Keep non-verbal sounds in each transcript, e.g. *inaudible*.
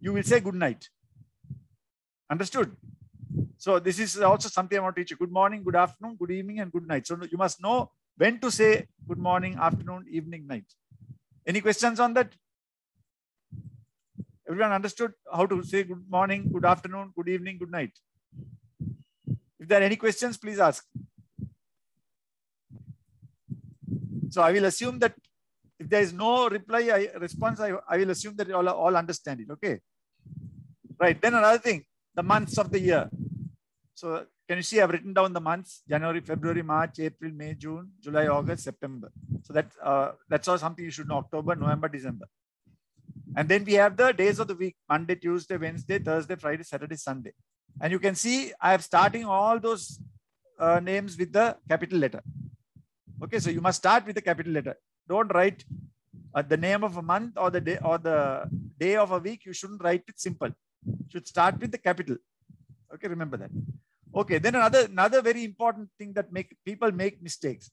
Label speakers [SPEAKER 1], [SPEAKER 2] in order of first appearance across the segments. [SPEAKER 1] you will say good night. Understood? So this is also something I want to teach you. Good morning, good afternoon, good evening, and good night. So you must know when to say good morning, afternoon, evening, night. Any questions on that? Everyone understood how to say good morning, good afternoon, good evening, good night? If there are any questions, please ask. So I will assume that if there is no reply, I, response, I, I will assume that you all, all understand it. Okay. Right. Then another thing, the months of the year. So can you see I've written down the months, January, February, March, April, May, June, July, August, September. So that, uh, that's all something you should know, October, November, December. And then we have the days of the week, Monday, Tuesday, Wednesday, Thursday, Friday, Saturday, Sunday. And you can see I am starting all those uh, names with the capital letter. Okay, so you must start with the capital letter. Don't write uh, the name of a month or the day or the day of a week. You shouldn't write it simple. You should start with the capital. Okay, remember that. Okay, then another another very important thing that make people make mistakes.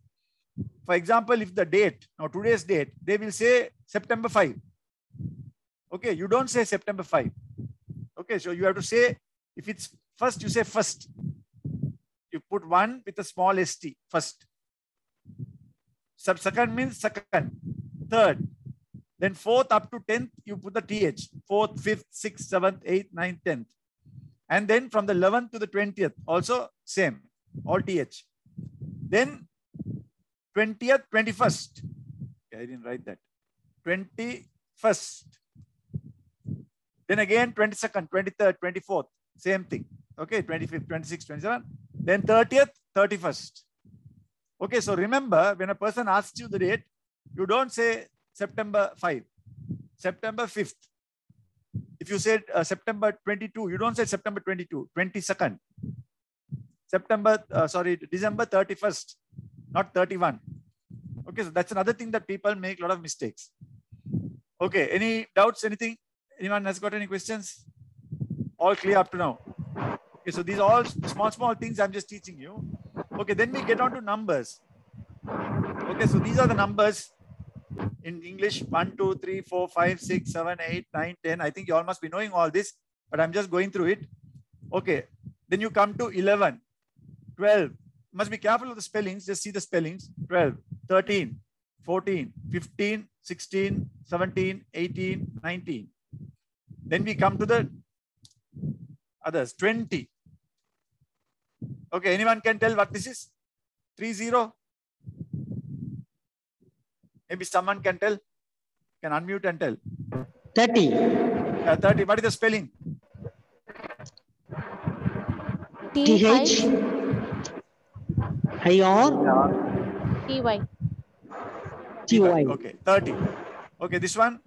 [SPEAKER 1] For example, if the date now today's date, they will say September 5. Okay, you don't say September 5. Okay, so you have to say if it's first, you say first. You put one with a small st first. Sub second means second, third. Then fourth up to tenth, you put the th. Fourth, fifth, sixth, seventh, eighth, ninth, tenth. And then from the 11th to the 20th, also same, all th. Then 20th, 21st. Okay, I didn't write that. 21st. Then again, 22nd, 23rd, 24th, same thing. Okay, 25th, 26th, 27th. Then 30th, 31st. Okay, so remember when a person asks you the date, you don't say September 5, September 5th. If you said uh, September 22, you don't say September 22, 22nd. September, uh, sorry, December 31st, not 31. Okay, so that's another thing that people make a lot of mistakes. Okay, any doubts, anything? Anyone has got any questions? All clear up to now. Okay, so these are all small, small things I'm just teaching you. Okay, then we get on to numbers. Okay, so these are the numbers in English 1, 2, 3, 4, 5, 6, 7, 8, 9, 10. I think you all must be knowing all this, but I'm just going through it. Okay, then you come to 11, 12. Must be careful of the spellings, just see the spellings 12, 13, 14, 15, 16, 17, 18, 19. Then we come to the others 20. Okay, anyone can tell what this is? 30. Maybe someone can tell, can unmute and tell.
[SPEAKER 2] 30.
[SPEAKER 1] Yeah, 30. Uh, What is the spelling?
[SPEAKER 2] TH. IR.
[SPEAKER 3] TY.
[SPEAKER 2] TY.
[SPEAKER 1] Okay, 30. Okay, this one,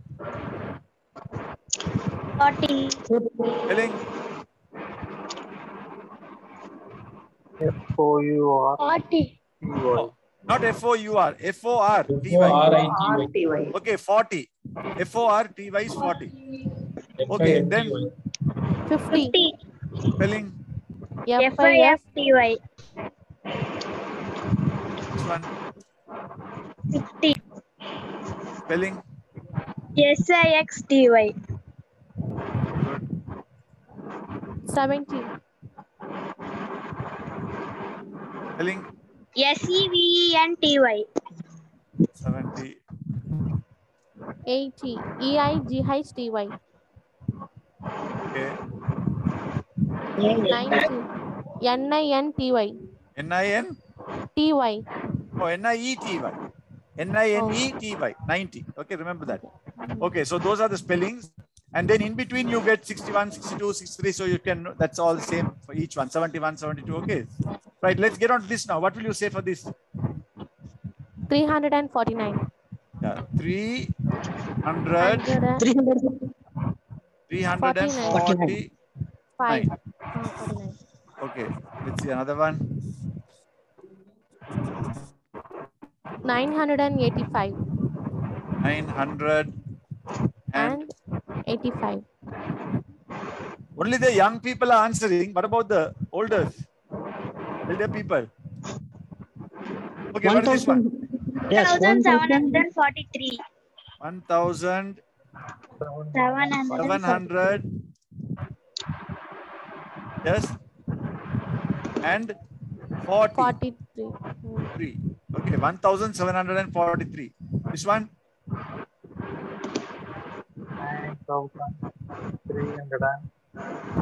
[SPEAKER 4] Forty.
[SPEAKER 1] spelling
[SPEAKER 5] F O U R
[SPEAKER 4] Forty.
[SPEAKER 5] T Y.
[SPEAKER 1] not F O U R, F O R T Y.
[SPEAKER 6] F-O-R-I-T-Y.
[SPEAKER 1] Okay, 40. F O R T Y is 40. Okay, then
[SPEAKER 3] 50.
[SPEAKER 4] Fifty.
[SPEAKER 1] spelling
[SPEAKER 4] F I F T Y.
[SPEAKER 1] this one,
[SPEAKER 4] Fifty.
[SPEAKER 1] spelling
[SPEAKER 4] S I X T Y.
[SPEAKER 3] 70.
[SPEAKER 1] spelling
[SPEAKER 4] S E V E N T Y.
[SPEAKER 1] 70.
[SPEAKER 3] 80. E-I-G-H-T-Y.
[SPEAKER 1] Okay,
[SPEAKER 3] 90. N-I-N-T-Y.
[SPEAKER 1] N I N,
[SPEAKER 3] T-Y.
[SPEAKER 1] oh, N I E T Y. N I N E T Y, 90. Okay, remember that. Okay, so those are the spellings. And then in between you get 61, 62, 63. So you can, that's all the same for each one 71, 72. Okay, right. Let's get on to this now. What will you say for this?
[SPEAKER 3] 349.
[SPEAKER 1] Yeah, 300,
[SPEAKER 2] 300.
[SPEAKER 1] 349.
[SPEAKER 3] 5.
[SPEAKER 1] Okay, let's see another one.
[SPEAKER 3] 985
[SPEAKER 1] 900. And
[SPEAKER 3] and 85.
[SPEAKER 1] only the young people are answering. What about the older, elder people? Okay, what is this one?
[SPEAKER 2] 1000. Yes, 1000.
[SPEAKER 4] forty-three.
[SPEAKER 1] 1,700.
[SPEAKER 4] Seven hundred.
[SPEAKER 5] Seven
[SPEAKER 1] 700 yes, and 40.
[SPEAKER 3] 43. Hmm.
[SPEAKER 1] 43. Okay, 1743. Which one?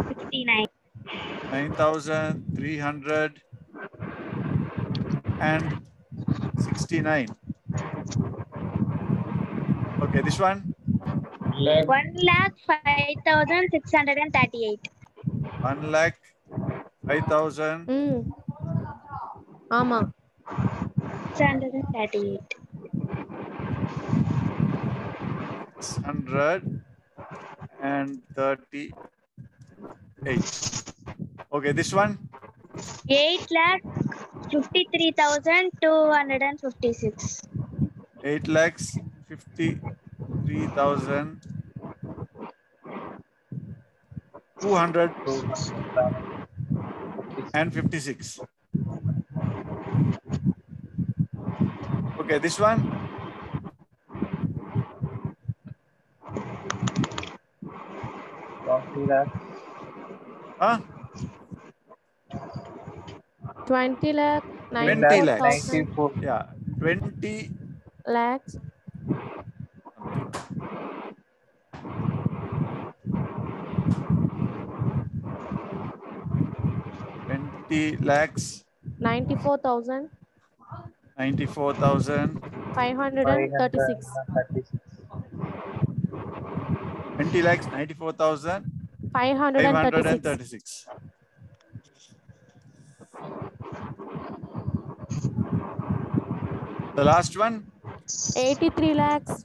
[SPEAKER 4] 69.
[SPEAKER 1] 9300 and 69. Okay, this one?
[SPEAKER 4] 1 lakh 5638.
[SPEAKER 1] 1 lakh 5000.
[SPEAKER 3] ம். ஆமா
[SPEAKER 4] 638.
[SPEAKER 1] 638. Okay, this one?
[SPEAKER 4] 8 lakh 53,256.
[SPEAKER 1] 8 lakhs 53,000. 200 and 56. Okay, this one? 20
[SPEAKER 3] 20 lakh
[SPEAKER 1] 20
[SPEAKER 3] 90
[SPEAKER 1] lakhs.
[SPEAKER 3] thousand
[SPEAKER 1] Yeah, 20
[SPEAKER 3] lakhs
[SPEAKER 1] twenty lakhs
[SPEAKER 3] 94,536
[SPEAKER 1] ninety-four thousand twenty lakhs ninety-four thousand five hundred and
[SPEAKER 3] 536
[SPEAKER 1] thirty-six. The last one,
[SPEAKER 3] 83 lakhs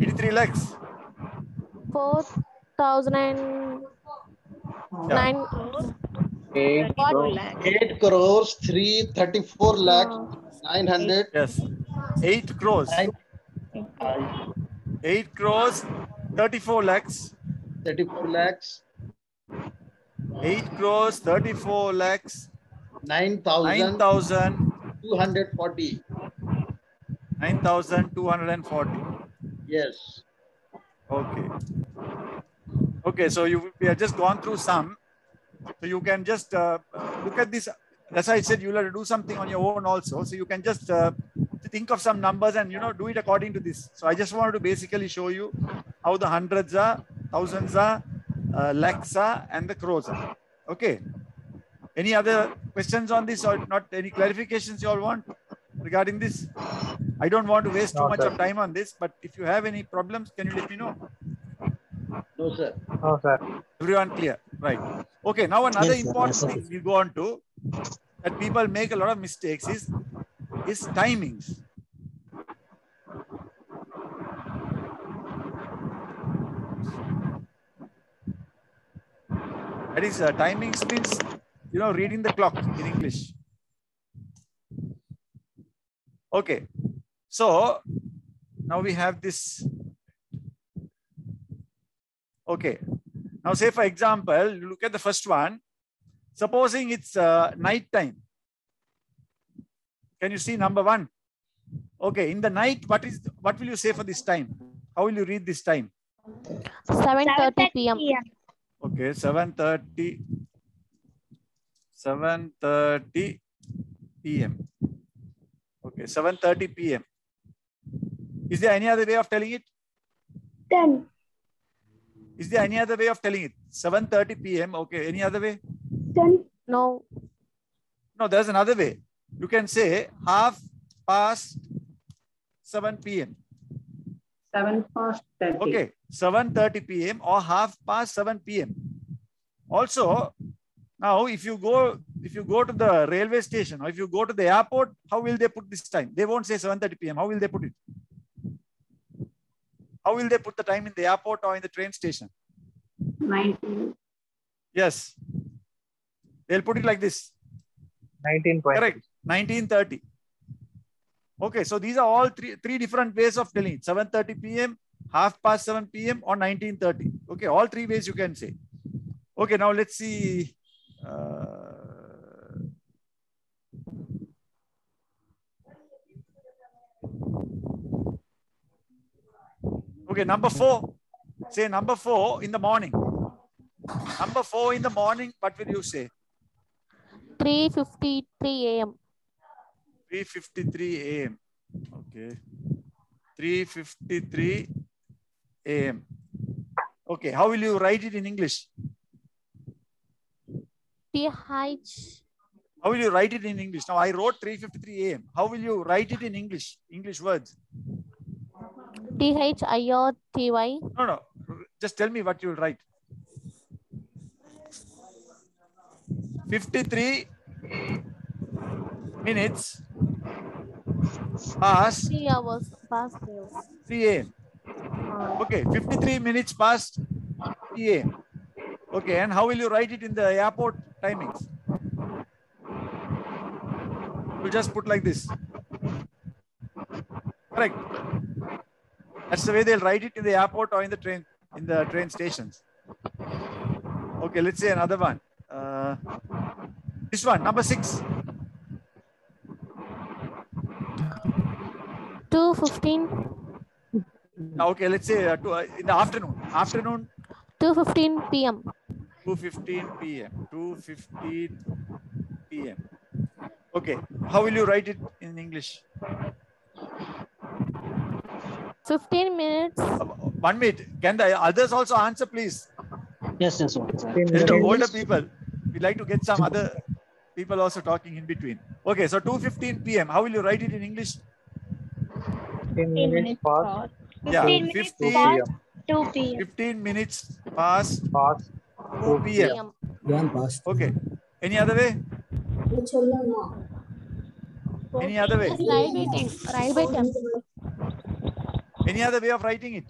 [SPEAKER 1] eighty-three lakhs.
[SPEAKER 3] 4,009
[SPEAKER 1] Yeah.
[SPEAKER 3] What lakh?
[SPEAKER 5] 8 crores, 3, 34 lakh, 900.
[SPEAKER 1] Yes, eight crores,
[SPEAKER 5] Nine-
[SPEAKER 1] eight crores, thirty-four lakhs,
[SPEAKER 5] 34 lakhs,
[SPEAKER 1] eight crores, thirty-four lakhs, nine
[SPEAKER 5] 9,240.
[SPEAKER 1] thousand, nine thousand two hundred and forty.
[SPEAKER 5] Yes.
[SPEAKER 1] Okay. Okay, so you we have just gone through some. So you can just uh, look at this. That's why I said you'll have to do something on your own also. So you can just uh, think of some numbers and you know do it according to this. So I just wanted to basically show you how the hundreds are, thousands are, uh, lakhs are, and the crores are. Okay. Any other questions on this or not? Any clarifications you all want regarding this? I don't want to waste too
[SPEAKER 6] No,
[SPEAKER 1] much
[SPEAKER 6] sir.
[SPEAKER 1] of time on this, but if you have any problems, can you let me know?
[SPEAKER 5] No, sir.
[SPEAKER 6] Oh, sir.
[SPEAKER 1] Everyone clear? Right. Okay, now another
[SPEAKER 2] Yes, sir.
[SPEAKER 1] important
[SPEAKER 2] Yes, sir.
[SPEAKER 1] thing we go on to that people make a lot of mistakes is is timings. That is uh, timings means you know reading the clock in English. Okay, so now we have this. Okay, now, say for example, you look at the first one. Supposing it's uh, night time. Can you see number one? Okay, in the night, what is what will you say for this time? How will you read this time?
[SPEAKER 3] 7:30 p.m.
[SPEAKER 1] Okay, 7.30, 7.30 p.m. Okay, 7.30 p.m. Is there any other way of telling it?
[SPEAKER 4] 10.
[SPEAKER 1] Is there any other way of telling it? 7.30 p.m. Okay, any other way?
[SPEAKER 4] 10.
[SPEAKER 3] No,
[SPEAKER 1] No, there's another way. You can say half past 7 p.m.
[SPEAKER 7] Seven past thirty.
[SPEAKER 1] Okay, 7.30 p.m. or half past 7 p.m. Also, now if you go if you go to the railway station or if you go to the airport, how will they put this time? They won't say 7.30 p.m. How will they put it? How will they put the time in the airport or in the train station?
[SPEAKER 7] Nineteen.
[SPEAKER 1] Yes. They'll put it like this.
[SPEAKER 6] 19 point.
[SPEAKER 1] Correct. 1930. Okay, so these are all three three different ways of telling it. 7:30 p.m., half past 7 p.m., or 19:30. Okay, all three ways you can say. Okay, now let's see. Uh, okay, number four. Say number four in the morning. Number four in the morning, what will you say?
[SPEAKER 3] 3.53 a.m.
[SPEAKER 1] 3.53 a.m. Okay. 3.53 a.m. Okay, how will you write it in English?
[SPEAKER 3] TH
[SPEAKER 1] How will you write it in English? Now, I wrote 3.53 a.m. How will you write it in English? English words.
[SPEAKER 3] THIRTY
[SPEAKER 1] No, no. r- Just tell me what you will write. 53 minutes past
[SPEAKER 3] three hours past news.
[SPEAKER 1] 3 a.m. Okay, 53 minutes past 3 a.m. Okay, and how will you write it in the airport timings? You'll just put like this. Correct. That's the way they'll write it in the airport or in the train in the train stations. Okay, let's say another one. Uh, this one, number six.
[SPEAKER 3] 2.15
[SPEAKER 1] Now, okay, let's say uh, two, uh, in the afternoon. Afternoon,
[SPEAKER 3] 2.15 p.m.
[SPEAKER 1] 2.15 p.m. 2.15 p.m. Okay. How will you write it in English?
[SPEAKER 3] 15 minutes.
[SPEAKER 1] Uh, One minute. Can the others also answer, please?
[SPEAKER 2] Yes, yes, sir.
[SPEAKER 1] It's the older people. We'd like to get some other people also talking in between. Okay. So 2.15 p.m. How will you write it in English?
[SPEAKER 6] Fifteen minutes past,
[SPEAKER 1] Yeah.
[SPEAKER 4] 15 minutes
[SPEAKER 1] 15,
[SPEAKER 4] past 2 p.m.
[SPEAKER 1] 15 minutes past
[SPEAKER 6] past
[SPEAKER 1] 2 p.m.
[SPEAKER 3] PM.
[SPEAKER 1] Okay. Any other way? Any other way?
[SPEAKER 3] Railway temp. Railway temp.
[SPEAKER 1] Any other way of writing it?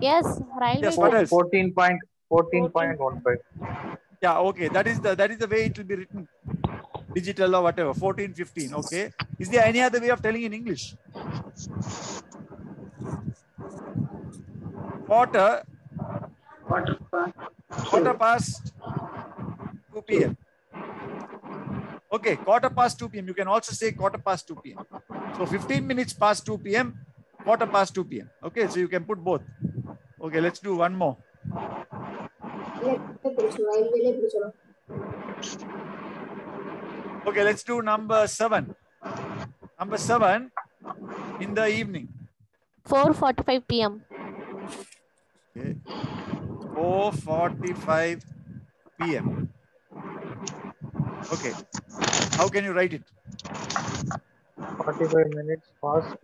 [SPEAKER 3] Yes, railway
[SPEAKER 1] Yes, what
[SPEAKER 3] temp.
[SPEAKER 1] else?
[SPEAKER 6] fourteen point, fourteen point one five.
[SPEAKER 1] Yeah, okay. That is the that is the way it will be written. Digital or whatever. 14, 15. Okay. Is there any other way of telling in English? Quarter,
[SPEAKER 7] quarter past.
[SPEAKER 1] quarter past 2 p.m. Okay, quarter past 2 p.m. You can also say quarter past 2 p.m. So 15 minutes past 2 p.m., quarter past 2 p.m. Okay, so you can put both. Okay, let's do one more. Okay, let's do number seven. Number seven in the evening.
[SPEAKER 3] 4.45 p.m.
[SPEAKER 1] Okay. 4.45 p.m. Okay. How can you write it?
[SPEAKER 6] Forty-five minutes past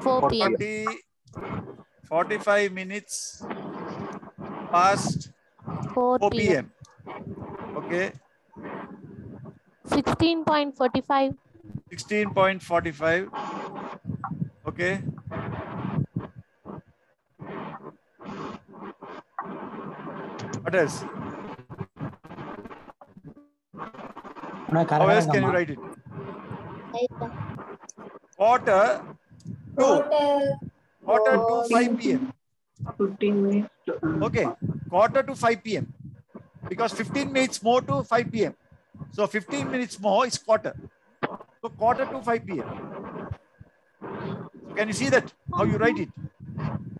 [SPEAKER 3] 4 p.m.
[SPEAKER 1] 40, 45 minutes past
[SPEAKER 3] 4
[SPEAKER 1] 4 p.m.
[SPEAKER 3] p.m.
[SPEAKER 1] Okay.
[SPEAKER 3] 16.45
[SPEAKER 1] 16.45. Okay. What else? How else can you write it? Quarter to Oh. quarter to 5 p.m.
[SPEAKER 7] Fifteen minutes. to, uh,
[SPEAKER 1] Okay, quarter to 5 p.m. Because 15 minutes more to 5 p.m. So 15 minutes more is quarter. So quarter to 5 p.m. So can you see that? How you write it?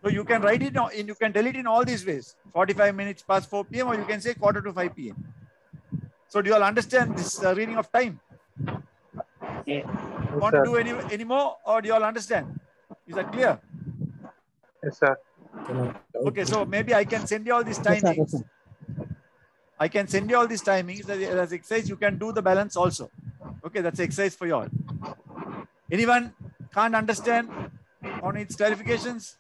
[SPEAKER 1] So you can write it in, you can tell it in all these ways. 45 minutes past 4 p.m. or you can say quarter to 5 p.m. So do you all understand this uh, reading of time?
[SPEAKER 6] Yes,
[SPEAKER 1] Want
[SPEAKER 6] sir.
[SPEAKER 1] to do any, any more or do you all understand? Is that clear?
[SPEAKER 6] Yes, sir.
[SPEAKER 1] Okay, so maybe I can send you all these timings. I can send you all these timings as, as exercise. You can do the balance also. Okay, that's exercise for you all. Anyone can't understand or needs clarifications?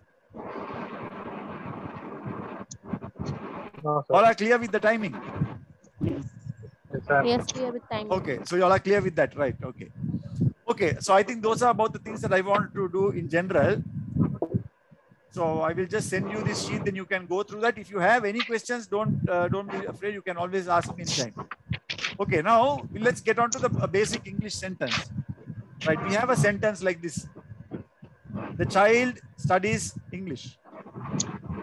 [SPEAKER 6] No,
[SPEAKER 1] All
[SPEAKER 6] sir.
[SPEAKER 1] are clear with the timing.
[SPEAKER 6] Yes, sir.
[SPEAKER 3] Yes, we have a time.
[SPEAKER 1] Okay, so you all are clear with that, right? Okay. Okay, so I think those are about the things that I want to do in general. So I will just send you this sheet, then you can go through that. If you have any questions, don't uh, don't be afraid. You can always ask me anytime. Okay, now let's get on to the uh, basic English sentence. Right, we have a sentence like this. The child studies English.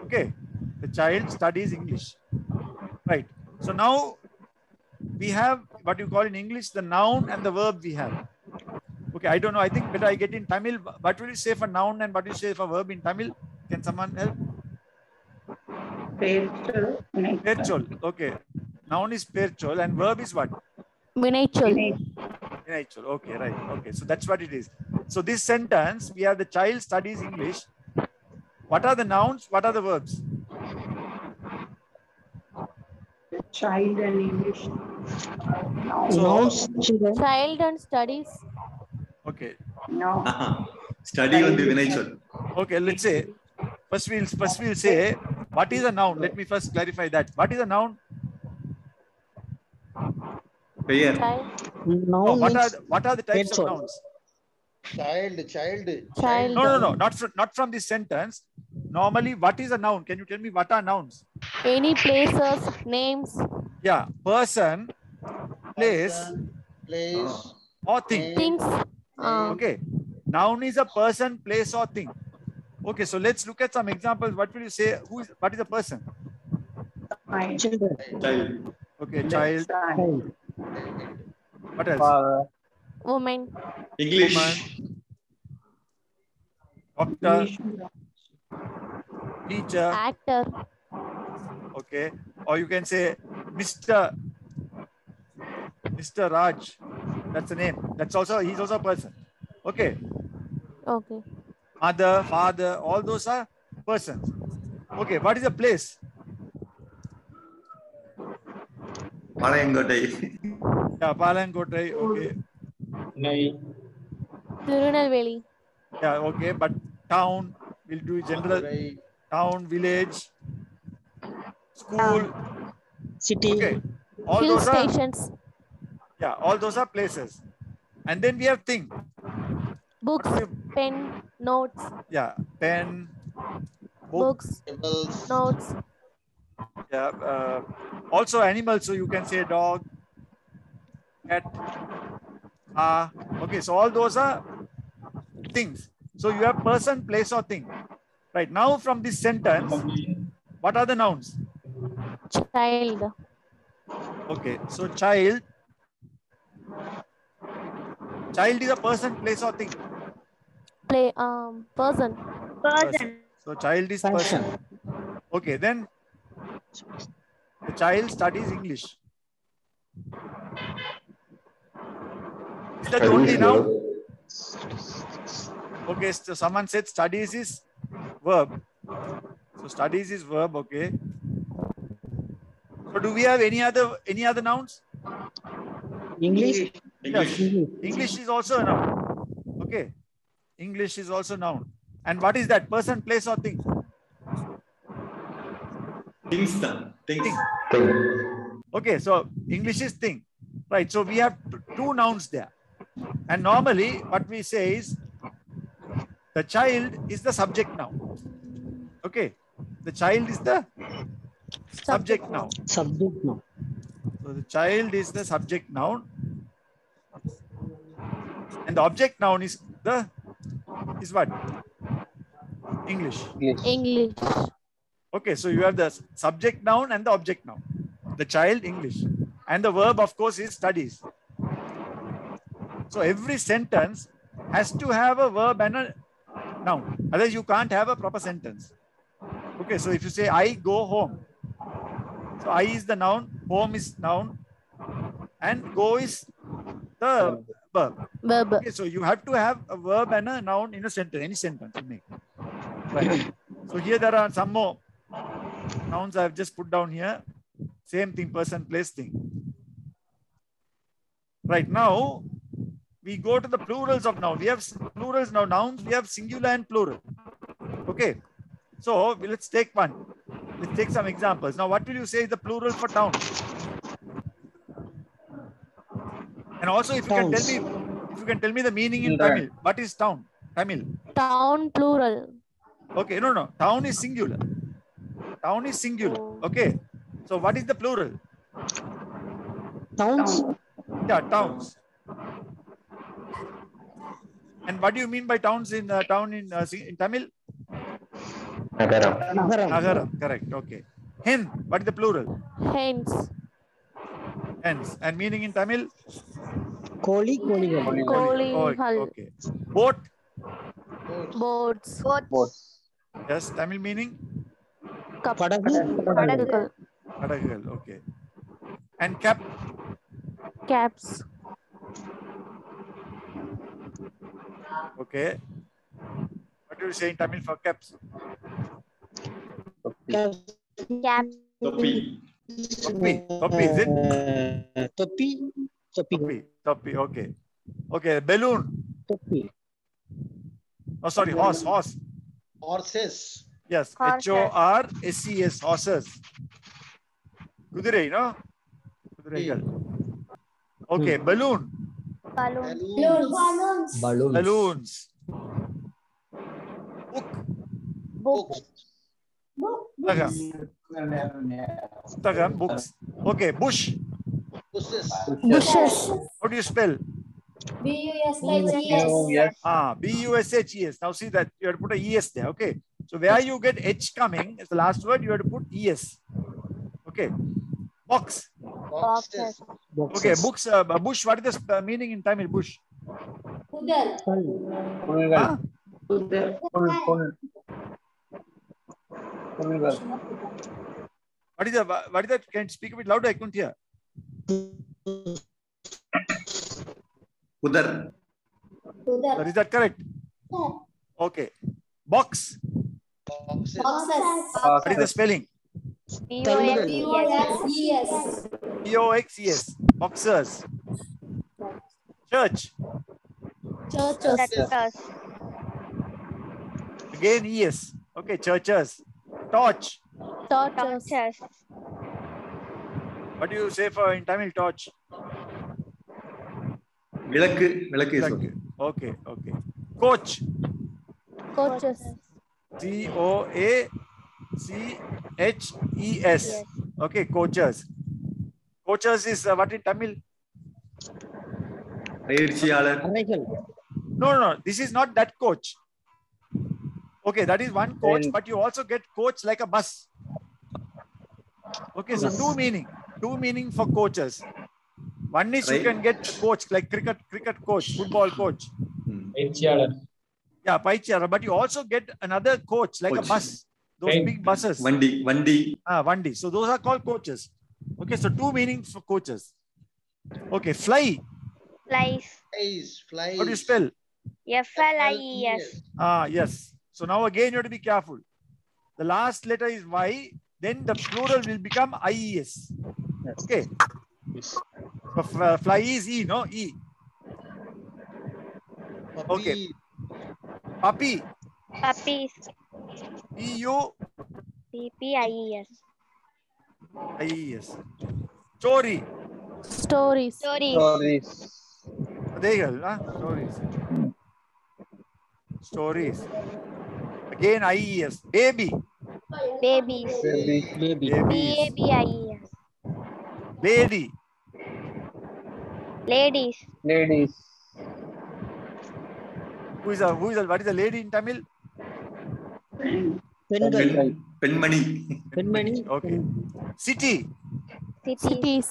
[SPEAKER 1] Okay, the child studies English. Right. So now we have what you call in English the noun and the verb we have. Okay, I don't know. I think better I get in Tamil. What will you say for noun and what do you say for verb in Tamil? Can someone help?
[SPEAKER 7] Peerchol,
[SPEAKER 1] Perchol. Okay. Noun is perchol and verb is what?
[SPEAKER 3] Vinay Chol.
[SPEAKER 1] Intellectual. Okay, right. Okay, so that's what it is. So this sentence, we have the child studies English. What are the nouns? What are the verbs?
[SPEAKER 7] child and English. uh, Now,
[SPEAKER 1] So,
[SPEAKER 3] Child and studies.
[SPEAKER 1] okay,
[SPEAKER 7] now.
[SPEAKER 8] *laughs* Study வந்து வினை சொல்
[SPEAKER 1] okay. Let's say first we'll first we'll say what is a noun. Let me first clarify that. What is a noun?
[SPEAKER 8] பெயர்
[SPEAKER 3] Child.
[SPEAKER 1] Oh,
[SPEAKER 2] Now
[SPEAKER 1] what are
[SPEAKER 2] means
[SPEAKER 1] the, what are the types of
[SPEAKER 2] Perchol.
[SPEAKER 1] nouns?
[SPEAKER 5] child child
[SPEAKER 3] Child.
[SPEAKER 1] No, no, no. Not from not from this sentence. Normally, what is a noun? Can you tell me what are nouns?
[SPEAKER 3] Any places, names,
[SPEAKER 1] Yeah, person, place,
[SPEAKER 5] place
[SPEAKER 1] or thing.
[SPEAKER 3] things. Uh,
[SPEAKER 1] Okay. Noun is a person, place, or thing. Okay, so let's look at some examples. What will you say? Who is what is a person?
[SPEAKER 7] Child.
[SPEAKER 8] child
[SPEAKER 1] Okay, child.
[SPEAKER 7] Child.
[SPEAKER 1] What else?
[SPEAKER 6] father,
[SPEAKER 3] woman.
[SPEAKER 8] English
[SPEAKER 1] Doctor, teacher.
[SPEAKER 3] Actor.
[SPEAKER 1] Okay. Or you can say Mr. Mr. Raj. That's a name. That's also he's also a person. Okay.
[SPEAKER 3] Okay.
[SPEAKER 1] Mother, father, all those are persons. Okay, what is a place?
[SPEAKER 8] Palayamkottai
[SPEAKER 1] Yeah, Palangotai. Okay.
[SPEAKER 3] Tirunelveli.
[SPEAKER 1] Yeah, okay, but town will do general. town, village, school.
[SPEAKER 2] city.
[SPEAKER 1] Okay. All
[SPEAKER 3] Hill
[SPEAKER 1] those are
[SPEAKER 3] stations.
[SPEAKER 1] yeah, all those are places. And then we have thing.
[SPEAKER 3] Books.
[SPEAKER 1] What do
[SPEAKER 3] Pen. Notes.
[SPEAKER 1] Yeah, pen, book,
[SPEAKER 3] Books.
[SPEAKER 5] tables
[SPEAKER 3] Notes.
[SPEAKER 1] yeah, uh, also animals. So you can say dog, cat, ah. Okay, so all those are things. So you have person, place, or thing. Right now, from this sentence, what are the nouns?
[SPEAKER 3] Child.
[SPEAKER 1] Okay, so child. Child is a person, place, or thing.
[SPEAKER 3] Play. Um. Person.
[SPEAKER 4] person,
[SPEAKER 1] So child is person. Okay, then the child studies English. Is that the only noun? Okay, so someone said studies is verb. So studies is verb, okay. So do we have any other any other nouns?
[SPEAKER 2] English.
[SPEAKER 8] English
[SPEAKER 1] English is also a noun. Okay. English is also noun. And what is that? Person, place, or thing?
[SPEAKER 8] Things தான் things
[SPEAKER 1] Okay, so English is thing, right? So we have t- two nouns there. And normally, what we say is the child is the subject noun. Okay, the child is the subject noun.
[SPEAKER 2] Subject now.
[SPEAKER 1] So the child is the subject noun, and the object noun is the is what English.
[SPEAKER 3] English.
[SPEAKER 1] Okay, so you have the s- subject noun and the object noun. The child, English. And the verb, of course, is studies. So every sentence has to have a verb and a noun. Otherwise, you can't have a proper sentence. Okay, so if you say, I go home. So I is the noun, home is noun, and go is the verb.
[SPEAKER 3] Verb.
[SPEAKER 1] Okay, so you have to have a verb and a noun in a sentence, any sentence you make. Right. so here there are some more nouns I have just put down here. Same thing, person, place thing. Right now, we go to the plurals of noun. We have s- plurals now. Nouns, we have singular and plural. Okay. So we- let's take one. Let's take some examples. Now, what will you say is the plural for town? And also, if you can tell
[SPEAKER 2] Towns.
[SPEAKER 1] me, if you can tell me the meaning in
[SPEAKER 6] Children.
[SPEAKER 1] Tamil, what is town? Tamil.
[SPEAKER 3] Town plural.
[SPEAKER 1] Okay, no, no. Town is singular. Town is singular. Okay. So what is the plural?
[SPEAKER 2] Towns.
[SPEAKER 1] Yeah, towns. And what do you mean by towns in uh, town in uh, si- in Tamil?
[SPEAKER 2] Nagaram.
[SPEAKER 1] Nagaram. Correct. Okay. Hen. What is the plural?
[SPEAKER 3] Hens.
[SPEAKER 1] Hens. And meaning in Tamil?
[SPEAKER 2] Koli, Koli.
[SPEAKER 3] Calling.
[SPEAKER 1] Oh,
[SPEAKER 3] Hull.
[SPEAKER 1] okay. Boat.
[SPEAKER 3] Boats.
[SPEAKER 4] boats,
[SPEAKER 1] Yes. Tamil meaning.
[SPEAKER 3] கப்
[SPEAKER 2] படகு
[SPEAKER 3] படகுகள்
[SPEAKER 1] படகுகள் okay and cap
[SPEAKER 3] caps
[SPEAKER 1] okay what you say in Tamil for caps
[SPEAKER 4] Caps.
[SPEAKER 8] தொப்பி
[SPEAKER 1] தொப்பி தொப்பி is it
[SPEAKER 2] அஹ், தொப்பி தொப்பி
[SPEAKER 1] தொப்பி தொப்பி ஓகே ஓகே பெலூன்
[SPEAKER 2] தொப்பி
[SPEAKER 1] oh sorry horse horse
[SPEAKER 5] horses
[SPEAKER 1] yes
[SPEAKER 4] Horses.
[SPEAKER 1] H O R S C S horses குதிரை no குதிரைகள் okay balloon
[SPEAKER 4] Balloon.
[SPEAKER 5] balloons,
[SPEAKER 1] balloons
[SPEAKER 5] books,
[SPEAKER 1] புத்தகம் புத்தகம் books okay bush
[SPEAKER 5] bushes,
[SPEAKER 3] bushes
[SPEAKER 1] how do you spell
[SPEAKER 6] yes.
[SPEAKER 1] Ah, B-U-S-H-E-S. Now see that you have to put a E-S there. Okay. So where you get H coming is the last word, you have to put E-S. Okay. Box.
[SPEAKER 5] boxes,
[SPEAKER 1] Okay. Books, uh, bush. What is the uh, meaning in Tamil? Bush. Huh?
[SPEAKER 7] புதர்
[SPEAKER 6] Full, full. Full girl.
[SPEAKER 1] What is the, what is that? Can you speak a bit louder? I couldn't hear.
[SPEAKER 8] புதர்
[SPEAKER 1] Is that correct? Okay. Box.
[SPEAKER 5] boxes,
[SPEAKER 1] What is the spelling? E B-O-X-E-S. Boxers. Church.
[SPEAKER 5] Churches.
[SPEAKER 4] Churches.
[SPEAKER 1] Again, E-S. Okay. Churches. Torch.
[SPEAKER 3] torches
[SPEAKER 4] Torches.
[SPEAKER 1] What do you say for in Tamil? Torch.
[SPEAKER 8] விளக்கு விளக்கு is okay.
[SPEAKER 1] Okay. Okay. Coach.
[SPEAKER 3] coaches
[SPEAKER 1] C O A C H E S.
[SPEAKER 4] Yes.
[SPEAKER 1] Okay, coaches. Coaches is uh, what in Tamil?
[SPEAKER 8] பயிற்சியாளர்
[SPEAKER 2] அறைகள்
[SPEAKER 1] No, no, no, this is not that coach. Okay, that is one coach,
[SPEAKER 6] Then-
[SPEAKER 1] but you also get coach like a bus. Okay, so two meaning, two meaning for coaches. One is you
[SPEAKER 8] Right.
[SPEAKER 1] can get coach like cricket, cricket coach, football coach.
[SPEAKER 8] ம்.
[SPEAKER 1] Yeah, Paichara, but you also get another coach like a
[SPEAKER 8] Coach.
[SPEAKER 1] bus. Those big buses.
[SPEAKER 8] வண்டி வண்டி
[SPEAKER 1] Ah, one day. So those are called coaches. Okay, so two meanings for coaches. Okay, fly.
[SPEAKER 4] Flies.
[SPEAKER 5] flies, flies.
[SPEAKER 1] How do you spell?
[SPEAKER 4] F L I E S.
[SPEAKER 1] Ah, yes. So now again you have to be careful. The last letter is Y, then the plural will become IES. Okay. So f- uh, fly is E, no? E. Okay.
[SPEAKER 5] Puppy,
[SPEAKER 1] Puppy.
[SPEAKER 4] Puppies.
[SPEAKER 1] E U
[SPEAKER 4] P P I E S.
[SPEAKER 1] I E S. Story.
[SPEAKER 3] stories
[SPEAKER 4] Stories.
[SPEAKER 6] Stories.
[SPEAKER 1] There you go. Huh? Stories. Stories. Again, IES. Baby.
[SPEAKER 4] Babies.
[SPEAKER 6] Baby.
[SPEAKER 2] Baby
[SPEAKER 4] B A
[SPEAKER 1] Babies.
[SPEAKER 4] B I E S.
[SPEAKER 1] Lady.
[SPEAKER 4] Ladies.
[SPEAKER 6] Ladies.
[SPEAKER 1] Who is a who is a what is a lady in Tamil?
[SPEAKER 2] பெண்கள்
[SPEAKER 8] பெண் பெண்மணி
[SPEAKER 2] பெண்மணி
[SPEAKER 1] Okay. City.
[SPEAKER 4] Cities.
[SPEAKER 3] cities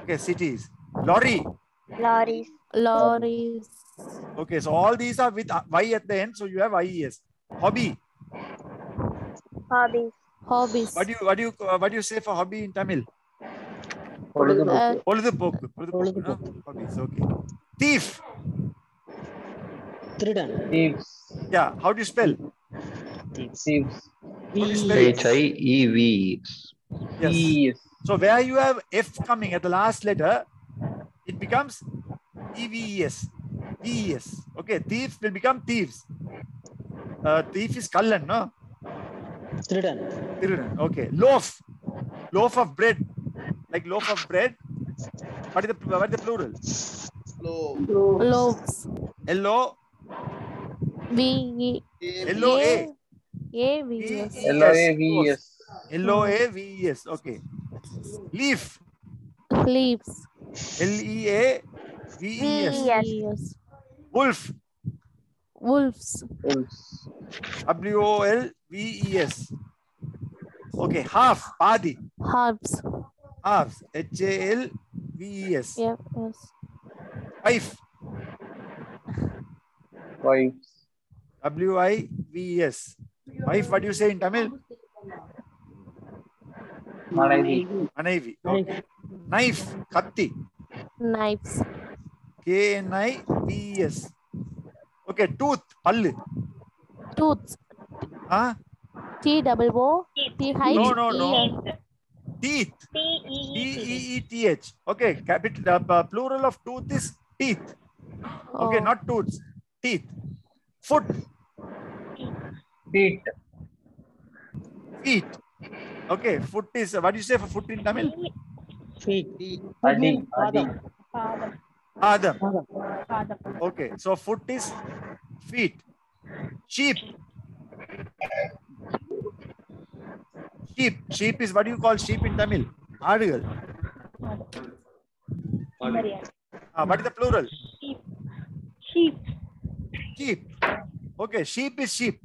[SPEAKER 1] Okay, cities. Lorry.
[SPEAKER 4] Lorries.
[SPEAKER 3] lorries
[SPEAKER 1] Okay, so all these are with uh, Y at the end, so you have IES. Hobby.
[SPEAKER 4] Hobbies.
[SPEAKER 3] hobbies
[SPEAKER 1] What do you what do you uh, what do you say for hobby in Tamil?
[SPEAKER 6] Polygamy.
[SPEAKER 3] uh,
[SPEAKER 1] Poludupokku. Poludupokku, no? Hobbies. Okay. Thief.
[SPEAKER 2] திருடன்
[SPEAKER 6] Thieves.
[SPEAKER 1] Yeah. How do you spell?
[SPEAKER 6] Thieves.
[SPEAKER 1] How do you spell it?
[SPEAKER 9] H I E V.
[SPEAKER 1] Yes.
[SPEAKER 6] Thieves.
[SPEAKER 1] So where you have F coming at the last letter, it becomes E EVES. EES. E Okay, thief will become thieves. Uh, thief is Kallan, no?
[SPEAKER 2] திருடன்
[SPEAKER 1] திருடன் okay loaf loaf of bread like loaf of bread what is the what is the plural
[SPEAKER 5] flow,
[SPEAKER 3] loaves
[SPEAKER 1] l o
[SPEAKER 3] v e
[SPEAKER 1] l o a
[SPEAKER 3] a v s
[SPEAKER 6] L O A V E S.
[SPEAKER 1] l o a v e s okay leaf
[SPEAKER 3] leaves
[SPEAKER 1] l e a v e s
[SPEAKER 4] Yes.
[SPEAKER 3] yes
[SPEAKER 1] wolf
[SPEAKER 3] wolves
[SPEAKER 6] Wolves.
[SPEAKER 1] w o l v e s okay half பாதி
[SPEAKER 3] halves
[SPEAKER 1] half h a l v e s
[SPEAKER 3] yeah, yes
[SPEAKER 1] wife
[SPEAKER 6] Wives.
[SPEAKER 1] w i v e s wife, what do you say in Tamil?
[SPEAKER 6] மனைவி
[SPEAKER 1] Manaivi. Okay. Knife, Katti.
[SPEAKER 3] knives,
[SPEAKER 1] K-N-I-V-E-S. Okay, E tooth, Pallu.
[SPEAKER 3] tooths,
[SPEAKER 1] Huh?
[SPEAKER 3] T double O, T H.
[SPEAKER 1] No, no, no. Teeth, E
[SPEAKER 10] E
[SPEAKER 4] T-E-E-T.
[SPEAKER 1] T-E-E-T-H. Okay, capital, uh, uh, plural of tooth is teeth. Okay,
[SPEAKER 3] Oh.
[SPEAKER 1] not tooths, teeth. Foot,
[SPEAKER 6] feet
[SPEAKER 1] feet. Okay, foot is, what do you say for foot in Tamil?
[SPEAKER 10] E.
[SPEAKER 2] feet.
[SPEAKER 5] E
[SPEAKER 6] அடி அடி
[SPEAKER 2] பாதம்.
[SPEAKER 1] Adam.
[SPEAKER 2] பாதம்.
[SPEAKER 1] Okay, so foot is feet. Sheep. Sheep. Sheep is what do you call sheep in Tamil? Aadugal. Ah, what is the plural?
[SPEAKER 4] Sheep.
[SPEAKER 1] Sheep. Okay, sheep is sheep.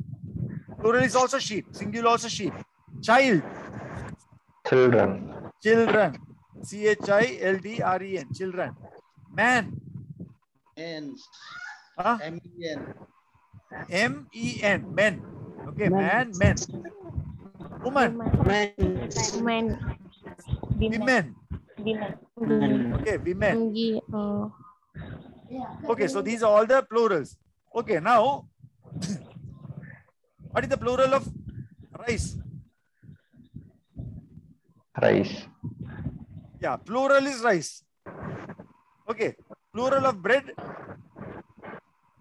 [SPEAKER 1] Plural is also sheep. Singular also sheep. Child.
[SPEAKER 9] children
[SPEAKER 1] Children. C H I L D R E N. Children. Man.
[SPEAKER 5] N
[SPEAKER 1] Huh?
[SPEAKER 5] M E N
[SPEAKER 1] M E N. Men. Okay, man, men. Woman.
[SPEAKER 2] Man.
[SPEAKER 4] Men.
[SPEAKER 1] Women.
[SPEAKER 4] Women.
[SPEAKER 1] Okay, women.
[SPEAKER 3] Ye-
[SPEAKER 1] Eh.
[SPEAKER 3] uh,
[SPEAKER 1] Okay, so these are all the plurals. Okay, now *coughs* what is the plural of rice?
[SPEAKER 9] rice
[SPEAKER 1] Yeah, plural is rice. Okay, plural of bread,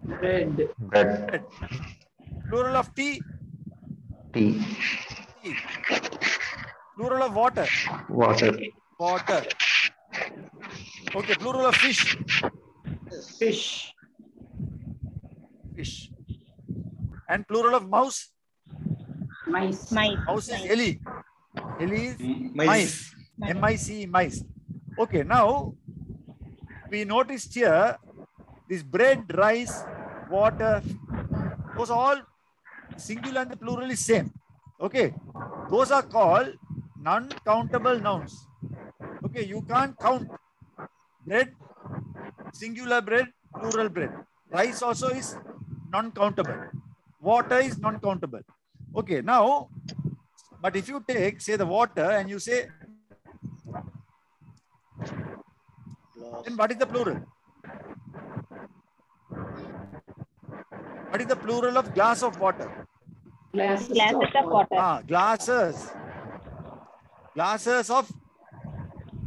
[SPEAKER 7] Bread.
[SPEAKER 9] bread
[SPEAKER 1] plural of tea,
[SPEAKER 9] tea
[SPEAKER 1] tea. Plural of water,
[SPEAKER 9] water
[SPEAKER 1] water. Okay, plural of fish,
[SPEAKER 7] Fish.
[SPEAKER 1] fish. And plural of mouse,
[SPEAKER 7] Mice.
[SPEAKER 4] Mice.
[SPEAKER 1] mouse is eli. Eli is
[SPEAKER 8] Hmm. mice
[SPEAKER 1] mice. M-I-C-E, mice. Okay, now we noticed here this bread, rice, water, those are all singular and the plural is same. Okay, those are called non-countable nouns. Okay, you can't count bread, singular bread, plural bread. Rice also is non-countable. Water is non-countable. Okay, now, but if you take, say, the water and you say Then what is the plural? What is the plural of glass of water?
[SPEAKER 7] Glasses.
[SPEAKER 4] Glasses of water.
[SPEAKER 1] Ah, glasses. Glasses of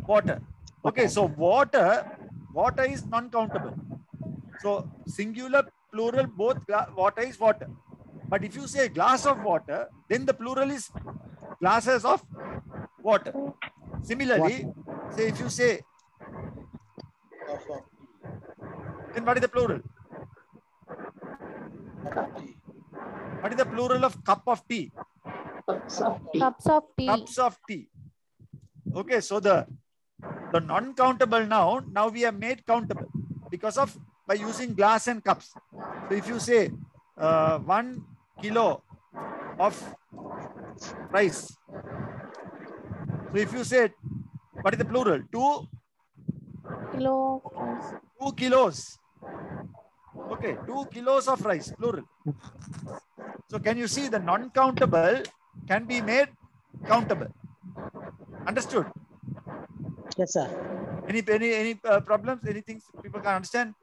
[SPEAKER 1] water. Okay, so water, water is non-countable. So singular, plural, both gla- water is water. But if you say glass of water, then the plural is glasses of water. Similarly, say if you say, then what is the plural? What is the plural of cup of tea?
[SPEAKER 7] Cups of tea.
[SPEAKER 3] Cups of tea.
[SPEAKER 1] Cups of tea. Okay, so the the non-countable noun now we have made countable because of by using glass and cups. So if you say uh, one kilo of rice, so if you say what is the plural? Two
[SPEAKER 3] Kilo.
[SPEAKER 1] two kilos. Okay, two kilos of rice, plural. So can you see the non-countable can be made countable? Understood?
[SPEAKER 2] Yes, sir.
[SPEAKER 1] Any any any uh, problems? Anything people can understand?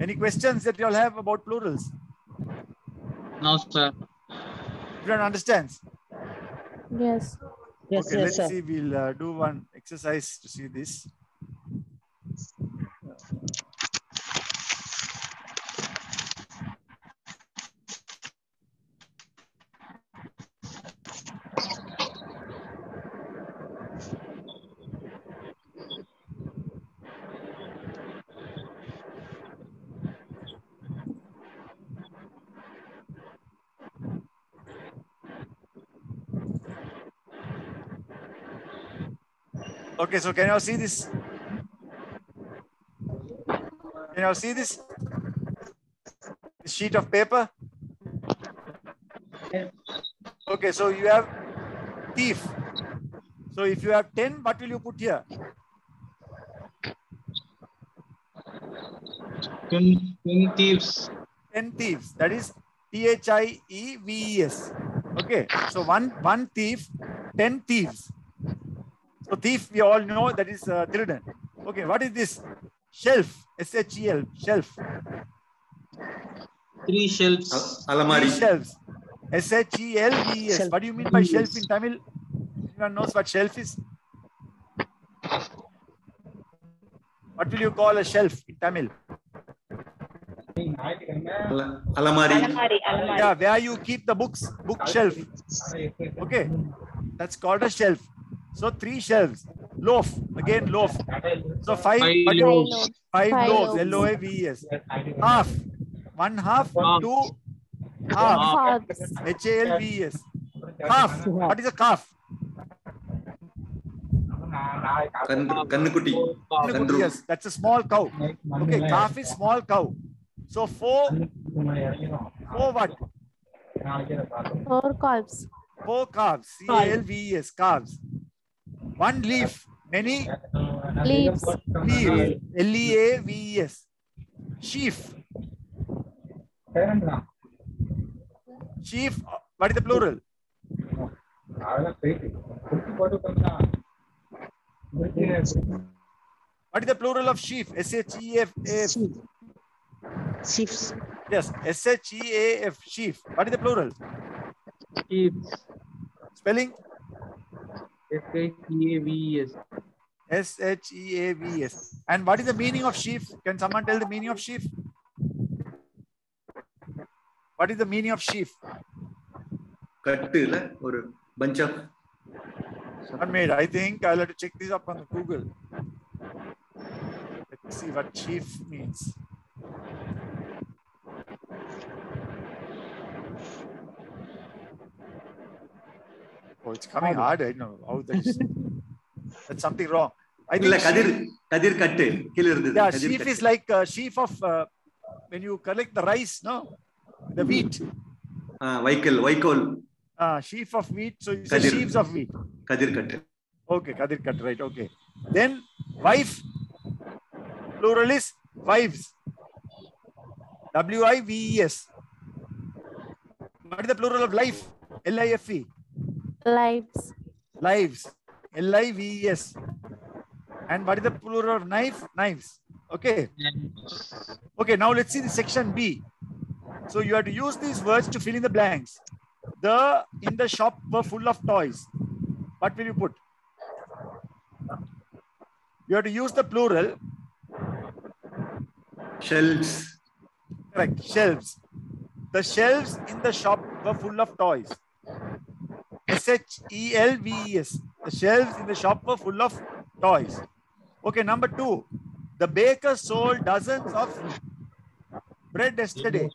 [SPEAKER 1] Any questions that you all have about plurals?
[SPEAKER 6] no sir
[SPEAKER 1] Everyone understands.
[SPEAKER 3] Yes.
[SPEAKER 2] Yes,
[SPEAKER 1] okay,
[SPEAKER 2] yes,
[SPEAKER 1] let's
[SPEAKER 2] sir.
[SPEAKER 1] see. We'll uh, do one exercise to see this. Okay, so can you all see this? Can you all see this? This sheet of paper? Okay, so you have thief. So if you have 10, what will you put here?
[SPEAKER 6] twin twin thieves
[SPEAKER 1] 10 thieves. That is T H I E V E S. Okay. So one one thief, 10 thieves. So thief, we all know that is uh, Thirudan. Okay. What is this? Shelf. S H E L. Shelf.
[SPEAKER 6] Three shelves.
[SPEAKER 8] அ- அலமாரி
[SPEAKER 1] Three shelves. S H E L V E S.
[SPEAKER 2] Shelf.
[SPEAKER 1] What do you mean by shelf in Tamil? Anyone knows what shelf is? What will you call a shelf in Tamil?
[SPEAKER 8] அல- அலமாரி
[SPEAKER 4] அலமாரி அலமாரி
[SPEAKER 1] Yeah, where you keep the books, bookshelf. Okay, that's called a shelf. So three shelves. Loaf again, loaf. So five,
[SPEAKER 6] Five
[SPEAKER 1] what do you-
[SPEAKER 6] loaves.
[SPEAKER 1] five
[SPEAKER 3] Five
[SPEAKER 1] loaves.
[SPEAKER 3] loaves.
[SPEAKER 1] L O A V E S. Half, one half,
[SPEAKER 6] Half.
[SPEAKER 1] two, half.
[SPEAKER 3] Halves.
[SPEAKER 1] H A L V E S. Calf. What is a calf?
[SPEAKER 8] கன்று- கன்றுக்குட்டி கன்று
[SPEAKER 1] Yes, that's a small cow. Okay, calf is small cow. So four, four what?
[SPEAKER 3] Four calves.
[SPEAKER 1] Four calves. C A L V E S. Calves. One leaf. Many
[SPEAKER 3] Leaves.
[SPEAKER 1] leaves. L E A V E S. Sheaf. Sheaf. uh, What is the plural? What is the plural of sheaf? S H E F A F.
[SPEAKER 2] Chiefs.
[SPEAKER 1] Yes. S H E A F. Sheaf. What is the plural? Spelling? S H E A V E S. And what is the meaning of sheaf? Can someone tell the meaning of sheaf? What is the meaning of sheaf?
[SPEAKER 8] கட்டுல ஒரு bunch of
[SPEAKER 1] Unmade. I think I'll have to check this up on Google. Let's see what sheaf means. Oh, it's coming hard. I don't know how that
[SPEAKER 8] *laughs*
[SPEAKER 1] is. That's something wrong. I
[SPEAKER 8] இல்ல
[SPEAKER 1] think
[SPEAKER 8] கதிர்
[SPEAKER 1] sheaf-
[SPEAKER 8] கதிர் கட்டு கீழ இருந்தது
[SPEAKER 1] Yeah,
[SPEAKER 8] Kathir
[SPEAKER 1] sheaf
[SPEAKER 8] cut.
[SPEAKER 1] is like uh, sheaf of uh, when you collect the rice, no, the wheat.
[SPEAKER 8] ஆ, வைக்கோல் வைக்கோல்
[SPEAKER 1] Uh, sheaf of wheat. So you say
[SPEAKER 8] Kadir.
[SPEAKER 1] sheaves of wheat.
[SPEAKER 8] கதிர் கட்டு
[SPEAKER 1] Okay, Kadir cut right. Okay. Then wife. Plural is wives. W I V E S. What is the plural of life? L I F E.
[SPEAKER 3] Lives.
[SPEAKER 1] Lives. L I V E S. And what is the plural of knife? Knives. Okay. Okay, now let's see the section B. So you have to use these words to fill in the blanks. The in the shop were full of toys. What will you put? You have to use the plural,
[SPEAKER 8] shells
[SPEAKER 1] correct? Shelves. The shelves in the shop were full of toys. S H E L V E S. The shelves in the shop were full of toys. Okay, number two. The baker sold dozens of bread yesterday.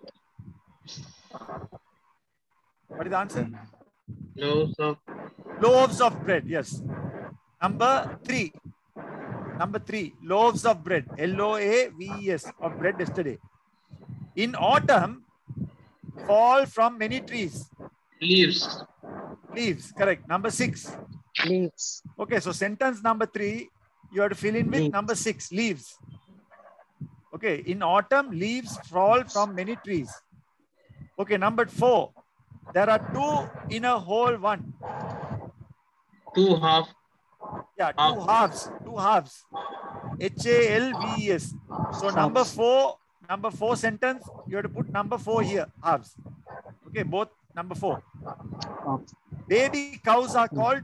[SPEAKER 1] What is the answer?
[SPEAKER 6] Loaves of
[SPEAKER 1] loaves of bread yes number three number three loaves of bread l-o-a-v-e-s E of bread yesterday in autumn fall from many trees
[SPEAKER 6] leaves.
[SPEAKER 1] leaves correct number six
[SPEAKER 2] Leaves.
[SPEAKER 1] okay so sentence number three you have to fill in with
[SPEAKER 2] Leaves.
[SPEAKER 1] number six leaves okay in autumn leaves fall from many trees okay number four there are two in a whole one
[SPEAKER 6] Two half
[SPEAKER 1] Yeah, two
[SPEAKER 6] Half.
[SPEAKER 1] halves, two halves. H A L V E S. So number four, number four sentence, you have to put number four here, halves. Okay, both number four.
[SPEAKER 2] Halves.
[SPEAKER 1] Baby cows are called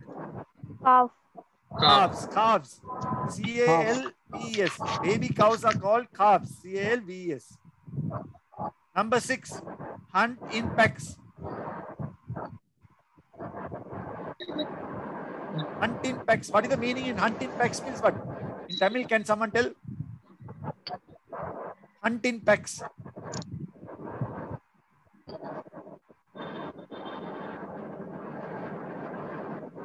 [SPEAKER 3] Calf.
[SPEAKER 6] calves.
[SPEAKER 1] calves, calves. C A L V E S. Baby cows are called calves, C A L V E S. Number six, hunt in packs. Hunt in packs. What is the meaning in hunt in packs means what? In Tamil, can someone tell? Hunt in packs.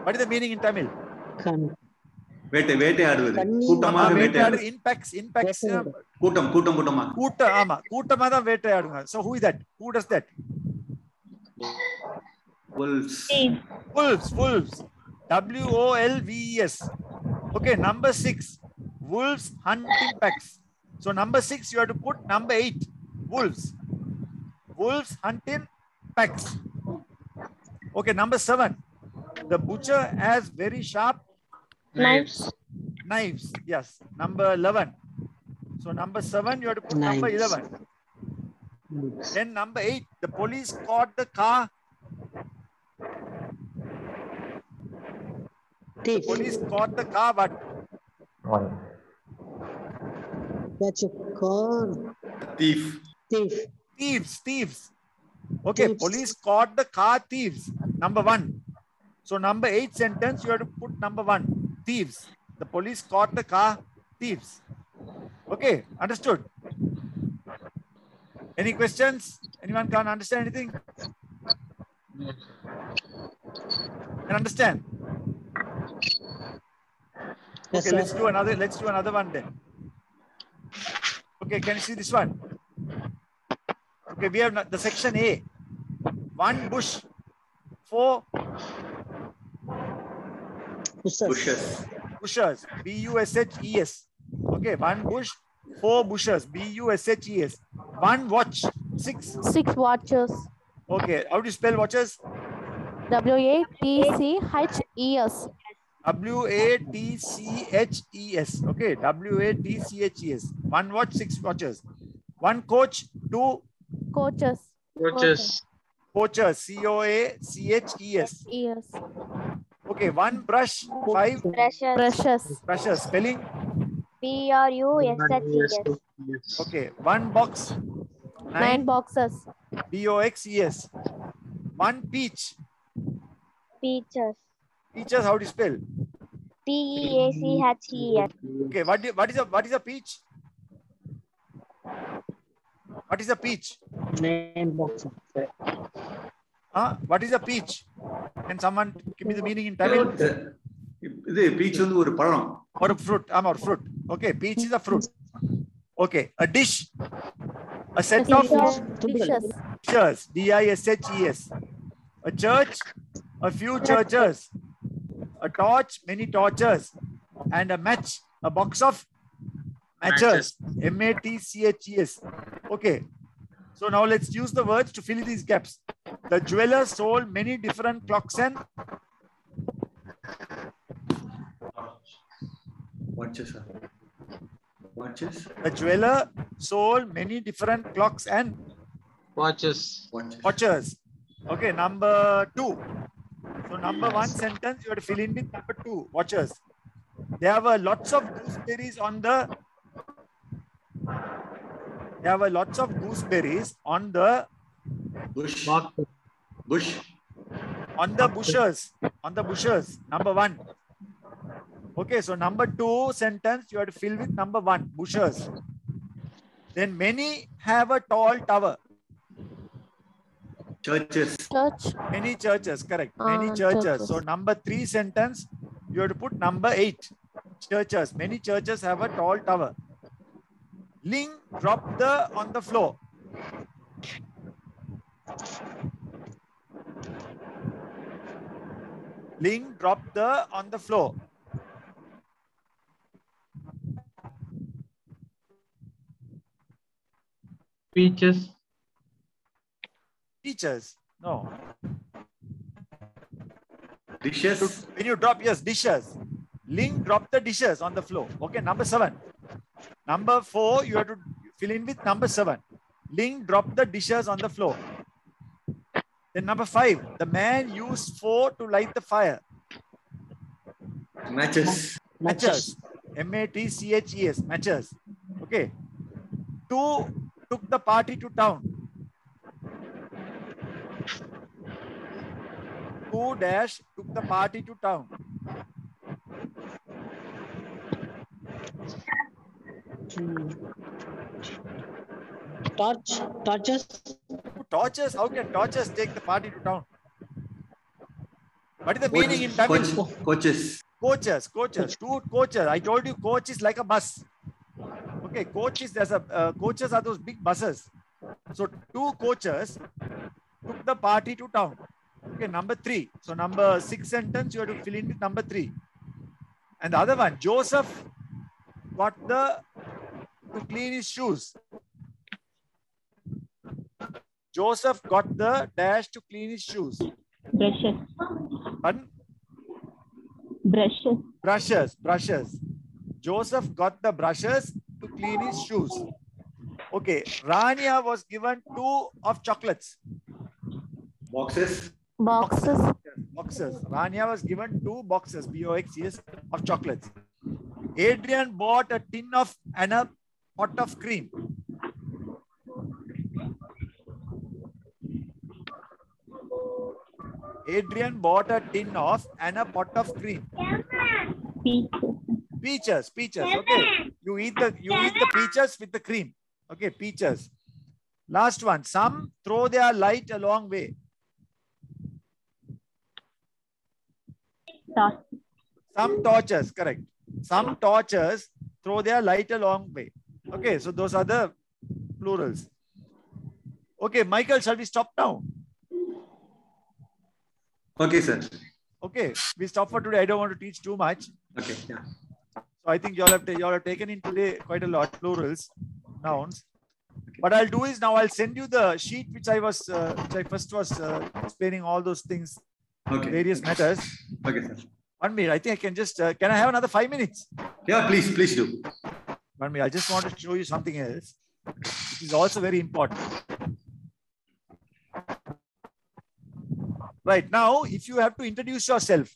[SPEAKER 1] What is the meaning in Tamil?
[SPEAKER 2] Can.
[SPEAKER 8] வேட்டை வேட்டையாடுவது
[SPEAKER 2] தண்ணி-
[SPEAKER 1] ஆமா,
[SPEAKER 8] கூட்டமாக
[SPEAKER 1] வேட்டையாடு
[SPEAKER 8] வேட்டையாடு
[SPEAKER 1] Impex Impex
[SPEAKER 2] வேட்டையாடு.
[SPEAKER 8] கூட்டம் கூட்டம் கூட்டமா
[SPEAKER 1] கூட்டம் ஆமா கூட்டமா தான் வேட்டையாடுங்க so who that who does that
[SPEAKER 8] wolves
[SPEAKER 1] wolves wolves w o l v e s okay number 6 wolves hunt in packs so number 6 you have to put number 8 wolves wolves hunt in packs. Okay, number seven. The butcher has very sharp
[SPEAKER 6] knives,
[SPEAKER 1] knives. Yes, number 11. So, number seven, you have to put number
[SPEAKER 2] Knives.
[SPEAKER 1] 11. Then number eight, the police caught the car.
[SPEAKER 2] Thief.
[SPEAKER 1] Police caught the car, but
[SPEAKER 9] one,
[SPEAKER 2] That's a car.
[SPEAKER 8] thief,
[SPEAKER 2] Thief.
[SPEAKER 1] thieves, thieves. Okay,
[SPEAKER 2] Thieves.
[SPEAKER 1] police caught the car thieves. Number one. So number eight sentence, you have to put number one. Thieves. The police caught the car thieves. Okay, understood. Any questions? Anyone can't understand anything? Can understand?
[SPEAKER 2] Yes,
[SPEAKER 1] Okay,
[SPEAKER 2] sir.
[SPEAKER 1] let's do another. Let's do another one then. Okay, can you see this one? Okay, we have not- the section A. One bush, four
[SPEAKER 2] Bushes.
[SPEAKER 8] bushes,
[SPEAKER 1] bushes. B U S H E S. Okay, one bush, four bushes. B U S H E S. One watch, six.
[SPEAKER 3] Six watches.
[SPEAKER 1] Okay, how do you spell watches?
[SPEAKER 3] W A T C H E S.
[SPEAKER 1] W A T C H E S. Okay, W A T C H E S. One watch, six watches. One coach, two
[SPEAKER 3] Coaches.
[SPEAKER 6] coaches,
[SPEAKER 1] coaches. C O A C H E S.
[SPEAKER 3] Ears.
[SPEAKER 1] Okay, one brush, five
[SPEAKER 3] Precious.
[SPEAKER 1] brushes. Spelling?
[SPEAKER 10] P R U S H E S.
[SPEAKER 6] yes.
[SPEAKER 1] Okay, one box,
[SPEAKER 3] Nine
[SPEAKER 1] nine
[SPEAKER 3] boxes.
[SPEAKER 1] B O X E S. One peach.
[SPEAKER 10] Peaches.
[SPEAKER 1] Peaches, how do you spell?
[SPEAKER 10] P E A C H E S.
[SPEAKER 1] Okay, what, do- what is a what is a peach? What is a peach?
[SPEAKER 2] Nine boxes.
[SPEAKER 1] Huh? What is a peach? Can someone give me the meaning in Tamil?
[SPEAKER 8] Fruit. இது peach வந்து ஒரு பழம்
[SPEAKER 1] or a fruit. I'm or fruit. Okay, peach is a fruit. Okay, a dish, a set of
[SPEAKER 3] Dishes.
[SPEAKER 2] Dishes.
[SPEAKER 1] dishes. D I S H E S. A church, a few churches, a torch, many torches, and a match, a box of matches. M A T C H E S. Okay. So now let's use the words to fill these gaps. The jeweler sold many different clocks and
[SPEAKER 8] watches ah? watches
[SPEAKER 1] the jeweler sold many different clocks and
[SPEAKER 6] watches,
[SPEAKER 8] watches
[SPEAKER 1] watchers. Okay, number two. So number one sentence you have to fill in with number two watchers. There were lots of gooseberries on the. There were lots of gooseberries on the
[SPEAKER 8] bush
[SPEAKER 6] box,
[SPEAKER 8] bush
[SPEAKER 1] on the bushes on the bushes. Number one. Okay, so number two sentence you have to fill with number one bushes. Then many have a tall tower.
[SPEAKER 8] churches
[SPEAKER 3] Church.
[SPEAKER 1] Many churches, correct. Many
[SPEAKER 3] Ah,
[SPEAKER 1] churches.
[SPEAKER 3] churches.
[SPEAKER 1] So number three sentence, you have to put number eight. Churches. Many churches have a tall tower. Ling dropped the on the floor. Ling dropped the on the floor.
[SPEAKER 6] peaches,
[SPEAKER 1] Teachers. No.
[SPEAKER 8] dishes
[SPEAKER 1] When you drop, yes, dishes. Ling dropped the dishes on the floor. Okay, number seven. Number four, you have to fill in with number seven. Ling dropped the dishes on the floor. Then number five, the man used four to light the fire.
[SPEAKER 8] matches
[SPEAKER 1] Matches. M A T C H E S. Matches. Okay. Two took the party to town. Two dash took the party to town.
[SPEAKER 2] Torch. Torches.
[SPEAKER 1] torches? How can torches take the party to town? What is the meaning in Tamil?
[SPEAKER 8] coach, coaches
[SPEAKER 1] Coaches, coaches, two coaches. I told you, coach is like a bus. Okay, coach is there's a uh, coaches are those big buses. So two coaches took the party to town. Okay, number three. So number six sentence you have to fill in with number three. And the other one, Joseph got the to clean his shoes. Joseph got the dash to clean his shoes.
[SPEAKER 4] brushes,
[SPEAKER 1] Pardon?
[SPEAKER 4] brushes,
[SPEAKER 1] Brushes, brushes. Joseph got the brushes to clean his shoes. Okay, Rania was given two of chocolates.
[SPEAKER 8] boxes,
[SPEAKER 3] boxes,
[SPEAKER 1] boxes. Rania was given two boxes, B-O-X-E-S, E of chocolates. Adrian bought a tin of and a pot of cream. Adrian bought a tin of and a pot of cream.
[SPEAKER 4] peaches,
[SPEAKER 1] Peaches, peaches. Okay, you eat the you eat the peaches with the cream. Okay, peaches. Last one. Some throw their light a long way.
[SPEAKER 4] sauce,
[SPEAKER 1] Some torches, correct. Some torches throw their light a long way. Okay, so those are the plurals. Okay, Michael, shall we stop now?
[SPEAKER 8] okay sir,
[SPEAKER 1] Okay, we stop for today. I don't want to teach too much.
[SPEAKER 8] okay, yeah.
[SPEAKER 1] So I think you all have, ta- you all have taken in today quite a lot plurals, nouns. What I'll do is now I'll send you the sheet which I was, uh, which I first was uh, explaining all those things,
[SPEAKER 8] okay.
[SPEAKER 1] various matters.
[SPEAKER 8] Okay sir,
[SPEAKER 1] One minute, I think I can just, uh, can I have another five minutes?
[SPEAKER 8] yeah, please, please do,
[SPEAKER 1] One minute, I just want to show you something else, which is also very important. Right now, if you have to introduce yourself,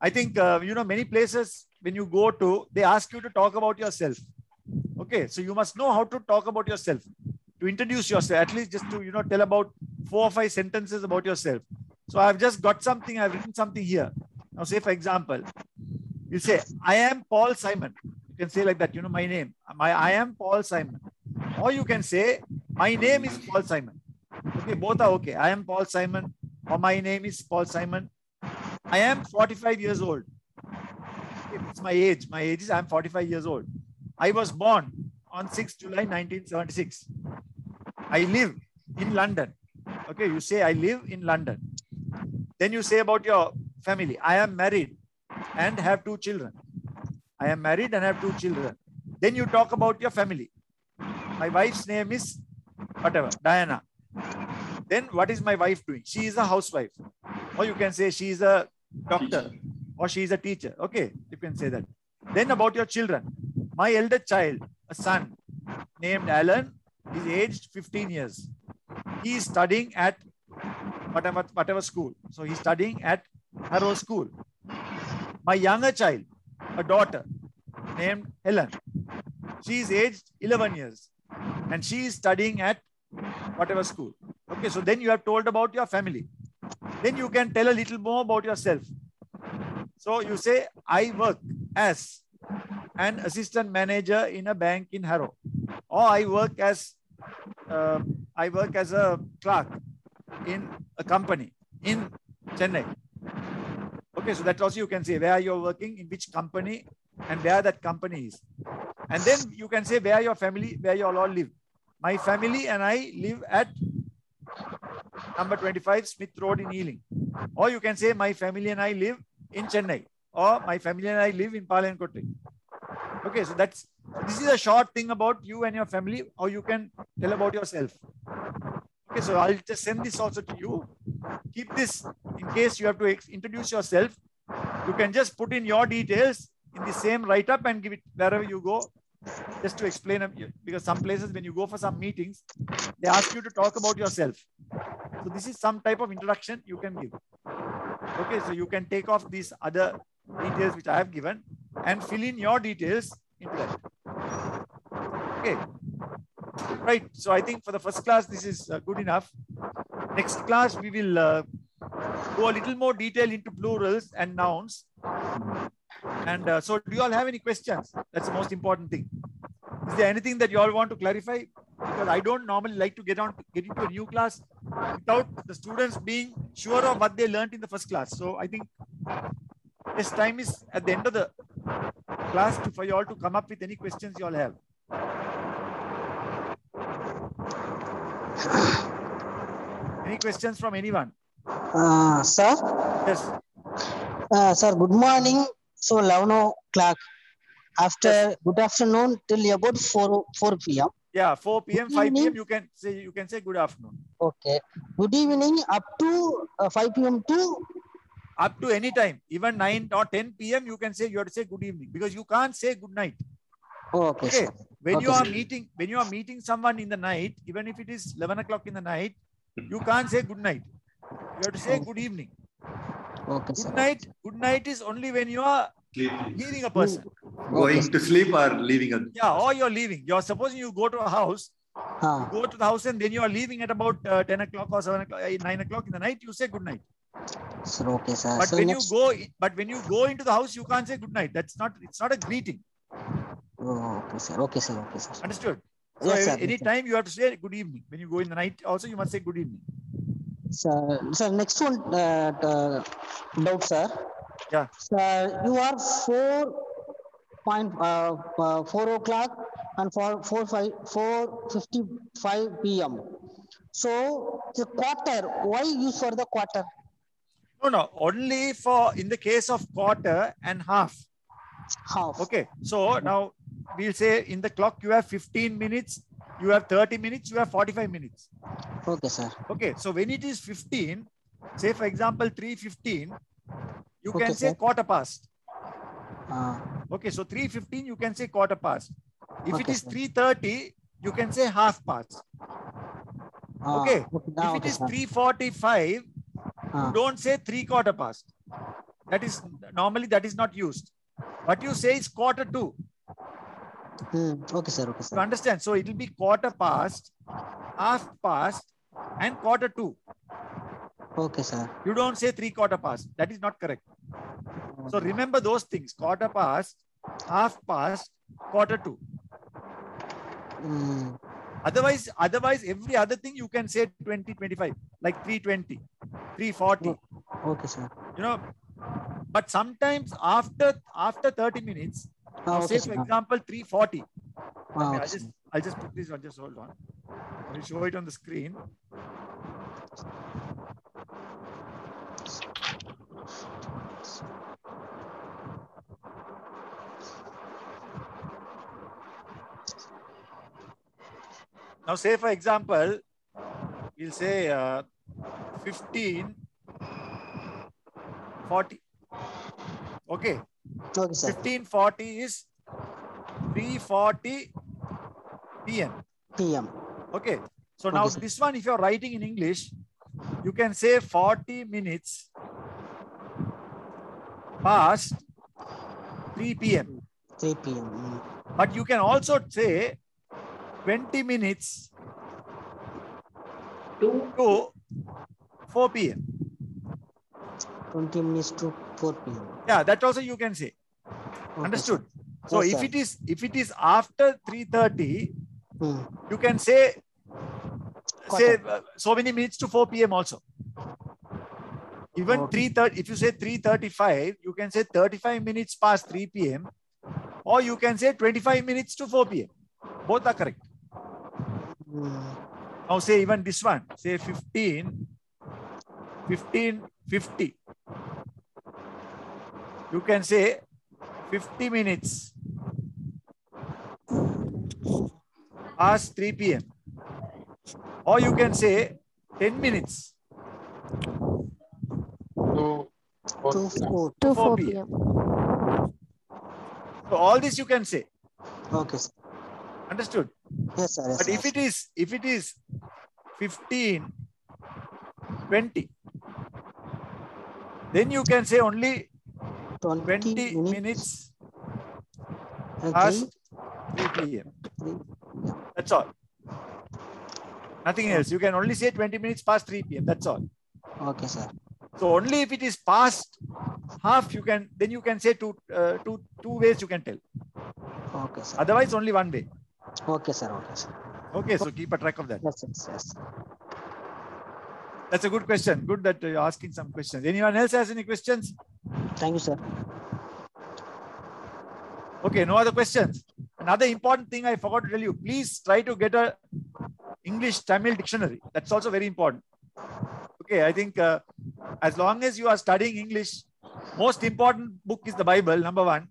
[SPEAKER 1] I think uh, you know many places when you go to, they ask you to talk about yourself. Okay, so you must know how to talk about yourself, to introduce yourself, at least just to you know tell about four or five sentences about yourself. So I've just got something, I've written something here. Now, say for example, you say, "I am Paul Simon." You can say like that, you know, my name. My I am Paul Simon. Or you can say, my name is Paul Simon. Okay, both are okay. I am Paul Simon, or my name is Paul Simon. I am 45 years old. Okay, It's my age. My age is I'm 45 years old. I was born on 6 July 1976. I live in London. Okay, you say I live in London. Then you say about your family. I am married and have two children. I am married and have two children. Then you talk about your family. My wife's name is whatever, Diana. Then what is my wife doing? She is a housewife. Or you can say she is a doctor or she is a teacher. Okay, you can say that. Then about your children. My elder child, a son named Alan, is aged 15 years. He is studying at whatever, whatever school. So he's studying at Harrow School. My younger child, a daughter named Helen. She is aged 11 years and she is studying at whatever school. Okay, so then you have told about your family. Then you can tell a little more about yourself. So you say, I work as an assistant manager in a bank in Harrow, or I work as uh, I work as a clerk in a company in Chennai. Okay, so that also you can say where you're working, in which company, and where that company is. And then you can say where your family, where you all all live. My family and I live at number 25 Smith Road in Ealing. Or you can say my family and I live in Chennai. Or my family and I live in Palayankotte. Okay, so that's this is a short thing about you and your family, or you can tell about yourself. Okay, so I'll just send this also to you. Keep this in case you have to ex- introduce yourself. You can just put in your details in the same write up and give it wherever you go, just to explain. up- Because some places, when you go for some meetings, they ask you to talk about yourself. So, this is some type of introduction you can give. Okay, so you can take off these other details which I have given and fill in your details into that. Okay. Right. So I think for the first class, this is uh, good enough. Next class, we will uh, go a little more detail into plurals and nouns. And uh, so, do you all have any questions? That's the most important thing. Is there anything that you all want to clarify? Because I don't normally like to get on get into a new class without the students being sure of what they learnt in the first class. So I think this time is at the end of the class to, for you all to come up with any questions you all have. Any questions from anyone?
[SPEAKER 2] Uh, sir,
[SPEAKER 1] Yes.
[SPEAKER 2] uh, sir, good morning. So 11 o'clock. After good afternoon till about 4, 4 p.m.
[SPEAKER 1] Yeah, 4 p.m.,
[SPEAKER 2] Good
[SPEAKER 1] 5 p.m.
[SPEAKER 2] evening.
[SPEAKER 1] You can say you can say good afternoon.
[SPEAKER 2] Okay. Good evening up to uh, 5 p.m. to
[SPEAKER 1] Up to any time, even 9 or 10 p.m. You can say you have to say good evening because you can't say good night.
[SPEAKER 2] okay.
[SPEAKER 1] Okay.
[SPEAKER 2] sir.
[SPEAKER 1] When you
[SPEAKER 2] Okay,
[SPEAKER 1] are
[SPEAKER 2] sir.
[SPEAKER 1] meeting, when you are meeting someone in the night, even if it is 11 o'clock in the night, you can't say good night. You have to say good evening.
[SPEAKER 2] Okay, sir.
[SPEAKER 1] Good night. Good night is only when you are
[SPEAKER 8] Sleeping.
[SPEAKER 1] leaving a person.
[SPEAKER 8] Going to sleep or leaving a
[SPEAKER 1] Yeah, or you're leaving. You're supposing you go to a house,
[SPEAKER 2] Ah,
[SPEAKER 1] go to the house, and then you are leaving at about uh, 10 o'clock or 7 o'clock, eh, 9 o'clock in the night. You say good night.
[SPEAKER 2] sir. Okay, sir.
[SPEAKER 1] But
[SPEAKER 2] Ah, so
[SPEAKER 1] when
[SPEAKER 2] next.
[SPEAKER 1] you go, i- but when you go into the house, you can't say good night. That's not. It's not a greeting.
[SPEAKER 2] Oh, okay, sir. Okay, sir. Okay, sir.
[SPEAKER 1] Understood? So
[SPEAKER 2] Yes, sir.
[SPEAKER 1] any time you have to say good evening. When you go in the night, also you must say good evening.
[SPEAKER 2] Sir, sir, next one uh, uh, doubt, sir.
[SPEAKER 1] Yeah.
[SPEAKER 2] Sir, you are four point uh, uh, four o'clock and four four five four fifty five p.m. So the quarter, why use for the quarter?
[SPEAKER 1] No, no. Only for in the case of quarter and half.
[SPEAKER 2] Half.
[SPEAKER 1] Okay. So now we'll say in the clock you have 15 minutes, you have 30 minutes, you have 45 minutes.
[SPEAKER 2] Okay, sir.
[SPEAKER 1] Okay. So when it is 15, say for example 3:15, you
[SPEAKER 2] Okay,
[SPEAKER 1] can say
[SPEAKER 2] sir.
[SPEAKER 1] quarter past.
[SPEAKER 2] Uh,
[SPEAKER 1] Okay. So 3:15 you can say quarter past. If it
[SPEAKER 2] Okay,
[SPEAKER 1] is
[SPEAKER 2] sir.
[SPEAKER 1] 3:30, you can say half past.
[SPEAKER 2] uh,
[SPEAKER 1] Okay.
[SPEAKER 2] ah,
[SPEAKER 1] If it
[SPEAKER 2] okay,
[SPEAKER 1] is
[SPEAKER 2] sir.
[SPEAKER 1] 3:45,
[SPEAKER 2] Ah,
[SPEAKER 1] don't say three quarter past. That is normally that is not used. What you say is quarter to.
[SPEAKER 2] hmm, okay, sir. Okay,
[SPEAKER 1] You
[SPEAKER 2] sir.
[SPEAKER 1] understand? So it will be quarter past, half past, and quarter two.
[SPEAKER 2] Okay, sir.
[SPEAKER 1] You don't say three quarter past. That is not correct. So remember those things quarter past, half past, quarter two.
[SPEAKER 2] Hmm,
[SPEAKER 1] Otherwise, otherwise, every other thing you can say 20, 25, like 320, 340.
[SPEAKER 2] okay, sir.
[SPEAKER 1] You know, but sometimes after after 30 minutes,
[SPEAKER 2] Ah,
[SPEAKER 1] say
[SPEAKER 2] okay,
[SPEAKER 1] for
[SPEAKER 2] sir.
[SPEAKER 1] example 340.
[SPEAKER 2] Ah,
[SPEAKER 1] I'll
[SPEAKER 2] okay,
[SPEAKER 1] just
[SPEAKER 2] sir.
[SPEAKER 1] I'll just put this on. Just hold on. I'll show it on the screen. Now, say for example, we'll say uh, 15, 40. Okay,
[SPEAKER 2] Okay, sir.
[SPEAKER 1] 1540 is 340 p.m.
[SPEAKER 2] P.M.
[SPEAKER 1] Okay. So now
[SPEAKER 2] Okay, sir.
[SPEAKER 1] this one, if you're writing in English, you can say 40 minutes past 3 p.m.
[SPEAKER 2] 3 p.m. Hmm.
[SPEAKER 1] But you can also say 20 minutes
[SPEAKER 7] two
[SPEAKER 1] to 4 p.m.
[SPEAKER 2] 20 minutes to 4 p.m.
[SPEAKER 1] Yeah, that also you can say.
[SPEAKER 2] Okay,
[SPEAKER 1] Understood?
[SPEAKER 2] sir.
[SPEAKER 1] So
[SPEAKER 2] Yes,
[SPEAKER 1] if
[SPEAKER 2] sir.
[SPEAKER 1] it is if it is after 3:30,
[SPEAKER 2] Hmm.
[SPEAKER 1] you can say say
[SPEAKER 2] Quarter.
[SPEAKER 1] uh, so many minutes to 4 p.m. also. Even
[SPEAKER 2] Okay.
[SPEAKER 1] 3:30 if you say 3:35, you can say 35 minutes past 3 p.m. or you can say 25 minutes to 4 p.m. Both are correct.
[SPEAKER 2] Hmm.
[SPEAKER 1] Now say even this one, say 15 15 50. You can say 50 minutes past 3 p.m. Or you can say 10 minutes
[SPEAKER 6] two,
[SPEAKER 2] Two four.
[SPEAKER 1] 4
[SPEAKER 3] to 4
[SPEAKER 1] p.m.
[SPEAKER 3] p.m.
[SPEAKER 1] So all this you can say.
[SPEAKER 2] Okay, sir.
[SPEAKER 1] Understood?
[SPEAKER 2] Yes, sir. Yes,
[SPEAKER 1] But
[SPEAKER 2] sir.
[SPEAKER 1] if it is if it is 15, 20, then you can say only
[SPEAKER 2] 20,
[SPEAKER 1] 20 minutes
[SPEAKER 2] and
[SPEAKER 1] past 3 p.m.
[SPEAKER 2] three-
[SPEAKER 1] That's all. Nothing else. You can only say 20 minutes past 3 p.m. That's all.
[SPEAKER 2] Okay, sir.
[SPEAKER 1] So only if it is past half, you can then you can say two uh, two two ways you can tell.
[SPEAKER 2] Okay, sir.
[SPEAKER 1] Otherwise, only one way.
[SPEAKER 2] Okay, sir. Okay, sir.
[SPEAKER 1] Okay, so keep a track of that.
[SPEAKER 2] Yes, yes, yes.
[SPEAKER 1] That's a good question. Good that you're asking some questions. Anyone else has any questions?
[SPEAKER 2] Thank you, sir.
[SPEAKER 1] Okay, no other questions. Another important thing I forgot to tell you, please try to get a English Tamil dictionary. That's also very important. Okay, I think uh, as long as you are studying English, most important book is the Bible, number one.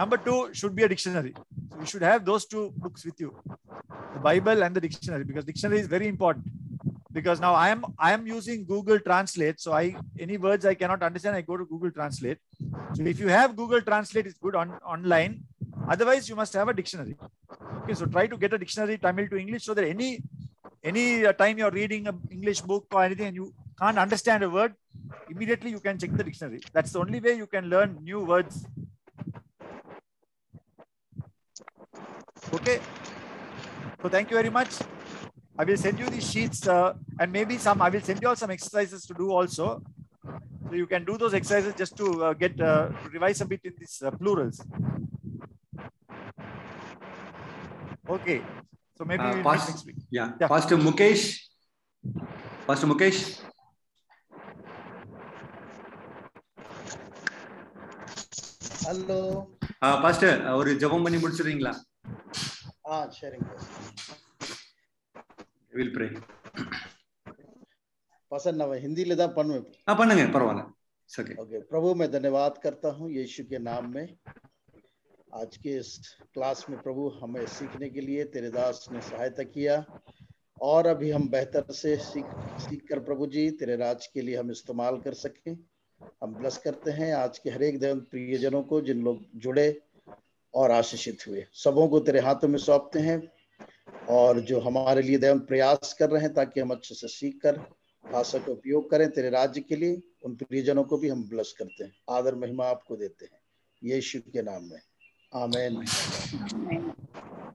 [SPEAKER 1] Number two should be a dictionary. So you should have those two books with you, the Bible and the dictionary, because dictionary is very important. Because now I am I am using Google Translate, so I any words I cannot understand, I go to Google Translate. So if you have Google Translate, it's good on online. Otherwise, you must have a dictionary. Okay, so try to get a dictionary Tamil to English so that any any uh, time you're reading an English book or anything and you can't understand a word, immediately you can check the dictionary. That's the only way you can learn new words. Okay. So thank you very much. I will send you the sheets uh, and maybe some, I will send you all some exercises to do also. So you can do those exercises just to uh, get, uh, to revise a bit in these uh, plurals. Okay. So maybe
[SPEAKER 8] Uh,
[SPEAKER 1] we'll meet
[SPEAKER 8] past-
[SPEAKER 1] next week.
[SPEAKER 8] Yeah.
[SPEAKER 1] Yeah.
[SPEAKER 8] Pastor Mukesh. Pastor Mukesh.
[SPEAKER 5] Hello
[SPEAKER 8] Uh, Pastor, uh, ஒரு ஜெபம் பண்ணி முடிச்சிடுறீங்களா
[SPEAKER 5] ஆ சரிங்க
[SPEAKER 8] will pray
[SPEAKER 5] Pasan நம்ம ஹிந்தியில தான் பண்ணுவேன்
[SPEAKER 8] ஆ பண்ணுங்க பரவாயில்ல இட்ஸ் ஓகே
[SPEAKER 5] ओके प्रभु मैं धन्यवाद करता हूँ यीशु के नाम में आज के इस क्लास में प्रभु हमें सीखने के लिए तेरे दास ने सहायता किया और अभी हम बेहतर से सीख सीख कर प्रभु जी तेरे राज के लिए हम इस्तेमाल कर सकें हम ब्लस करते हैं आज के हर एक धर्म प्रियजनों को जिन लोग जुड़े और आशीषित हुए सबों को तेरे हाथों में सौंपते हैं और जो हमारे लिए दैव प्रयास कर रहे हैं ताकि हम अच्छे से सीख कर भाषा का उपयोग करें तेरे राज्य के लिए उन प्रियजनों को भी हम ब्लस करते हैं आदर महिमा आपको देते हैं यीशु के नाम में आमेन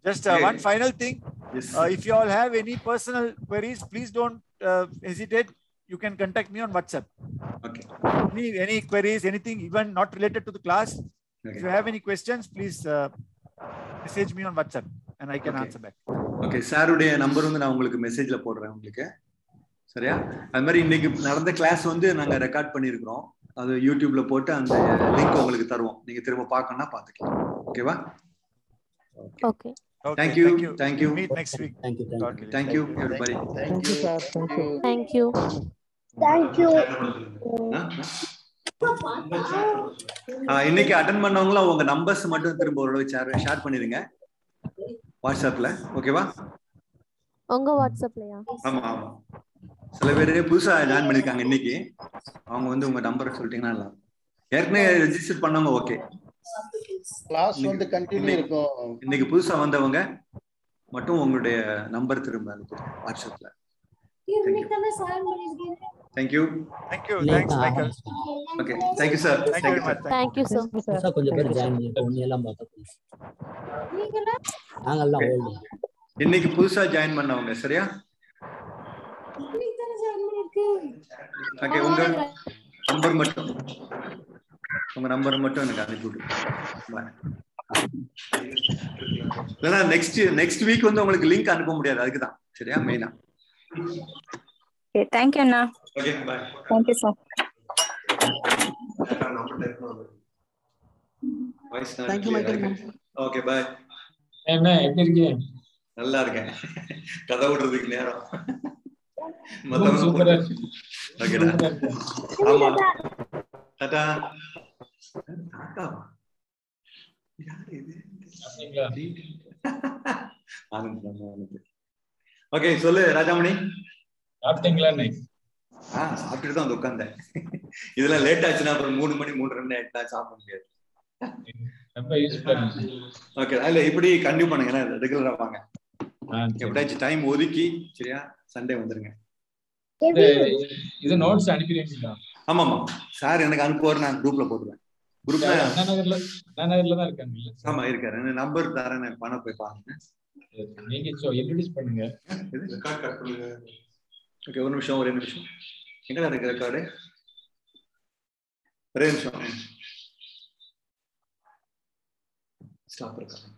[SPEAKER 1] Just uh,
[SPEAKER 8] Yeah.
[SPEAKER 1] one final thing.
[SPEAKER 8] Yes
[SPEAKER 1] Uh, if you all have any personal queries, please don't uh, hesitate. You can contact me on WhatsApp.
[SPEAKER 8] Okay
[SPEAKER 1] Any, any queries, anything even not related to the class. If you
[SPEAKER 8] okay
[SPEAKER 1] have any questions, please uh, message me on WhatsApp and I can
[SPEAKER 8] Okay.
[SPEAKER 1] answer back.
[SPEAKER 8] Okay சாருடைய number வந்து நான் உங்களுக்கு மெசேஜ்ல போடுறேன் உங்களுக்கு சரியா அது மாதிரி இன்னைக்கு நடந்த கிளாஸ் வந்து நாங்க ரெக்கார்ட் பண்ணியிருக்கிறோம் அது யூடியூப்ல போட்டு அந்த லிங்க் உங்களுக்கு தருவோம் நீங்க திரும்ப பார்க்கணும்னா பார்த்துக்கலாம் ஓகேவா
[SPEAKER 3] Okay.
[SPEAKER 1] Okay,
[SPEAKER 8] Thank you, thank you.
[SPEAKER 1] Meet next week.
[SPEAKER 9] Thank you.
[SPEAKER 1] God willing.
[SPEAKER 8] Thank you everybody
[SPEAKER 5] thank you
[SPEAKER 2] sir. Thank you.
[SPEAKER 3] Thank you.
[SPEAKER 10] Thank you.
[SPEAKER 8] இன்னைக்கு அட்டன் பண்ணவங்களும் உங்க நம்பர்ஸ் மட்டும் திரும்ப ஒரு ஷேர் ஷேர் பண்ணிருங்க வாட்ஸ்அப்ல ஓகேவா
[SPEAKER 3] உங்க வாட்ஸ்அப்லயா
[SPEAKER 8] ஆமா ஆமா சில பேர் புதுசா ஜாயின் பண்ணிருக்காங்க இன்னைக்கு அவங்க வந்து உங்க நம்பர் சொல்லிட்டீங்கன்னா நல்லா இருக்கும். ஏற்கனவே ரெஜிஸ்டர் பண்ணவங்க ஓகே
[SPEAKER 5] क्लास வந்து கண்டினியூ இருக்கும்
[SPEAKER 8] இன்னைக்கு புதுசா வந்தவங்க மட்டும் உங்களுடைய நம்பர் திரும்ப அனுப்புங்க வாட்ஸ்அப்ல thank you
[SPEAKER 1] Thank you. Thanks, Michael.
[SPEAKER 8] Okay thank you sir
[SPEAKER 1] Thank you very much. Thank
[SPEAKER 3] Thank you, sir.
[SPEAKER 2] Thank you, sir.
[SPEAKER 8] இன்னைக்கு புதுசா ஜாயின் பண்ணவங்க சரியா ஓகே உங்க நம்பர் மட்டும் உங்க நம்பர் மட்டும் எனக்கு அனுப்பி விட்டு இல்லைன்னா நெக்ஸ்ட் நெக்ஸ்ட் வீக் வந்து உங்களுக்கு லிங்க் அனுப்ப முடியாது அதுக்குதான் சரியா மெயினா
[SPEAKER 4] Okay, thank you, Anna.
[SPEAKER 8] Okay bye
[SPEAKER 4] Thank you, sir.
[SPEAKER 2] Thank you, Michael.
[SPEAKER 8] Okay bye
[SPEAKER 6] என்ன எப்படி இருக்கேன்
[SPEAKER 8] நல்லா இருக்கேன் கதை விடுறதுக்கு நேரம்
[SPEAKER 6] சூப்பரா
[SPEAKER 8] மத்தவங்க
[SPEAKER 6] இருக்கு.
[SPEAKER 8] ஓகேடா
[SPEAKER 6] சூப்பரா இருக்கு.
[SPEAKER 8] ஆமா டாடா டாட்டாவா யார் இது
[SPEAKER 6] அப்படிங்களா?
[SPEAKER 8] ஆனந்த் நம்ம ஆனந்த் ஓகே சொல்லு ராஜாமணி
[SPEAKER 6] சாப்பிட்டீங்களா என்ன?
[SPEAKER 8] ஆ சாப்பிட்டுட்டு தான் வந்து உட்காந்தேன் இதெல்லாம் லேட் ஆச்சுன்னா அப்புறம் மூணு மணி மூணு ரெண்டு ஆயிட்டா சாப்பிட முடியாது
[SPEAKER 6] ரொம்ப useful ஆ இருந்துச்சு.
[SPEAKER 8] ஓகே இல்ல இப்படி கண்டினியூ பண்ணுங்க ஏன்னா ரெகுலரா வாங்க
[SPEAKER 6] ஆ, சரி.
[SPEAKER 8] எப்படியாச்சும் டைம் ஒதுக்கி சரியா சண்டே வந்துருங்க
[SPEAKER 6] இது- இது நோட்ஸ் அனுப்பி வச்சுக்கலாம்
[SPEAKER 8] ஆமா ஆமா சார் எனக்கு அனுப்புவார் நான் குரூப்ல போட்டுருவேன் குரூப்ல
[SPEAKER 6] யாரு? அண்ணா நகர்ல அண்ணா நகர்ல தான் இருக்காங்க இல்ல
[SPEAKER 8] ஆமா இருக்காரு எனக்கு நம்பர் தரேன் நான் பணம் போய் பாருங்க
[SPEAKER 6] நீங்க இன்ட்ரடியூஸ் பண்ணுங்க
[SPEAKER 8] ஓகே ஒரு நிமிஷம் ஒரே நிமிஷம் எங்கடா இருக்கு ரெக்கார்டு ஒரே நிமிஷம் ஸ்டாப் இருக்கா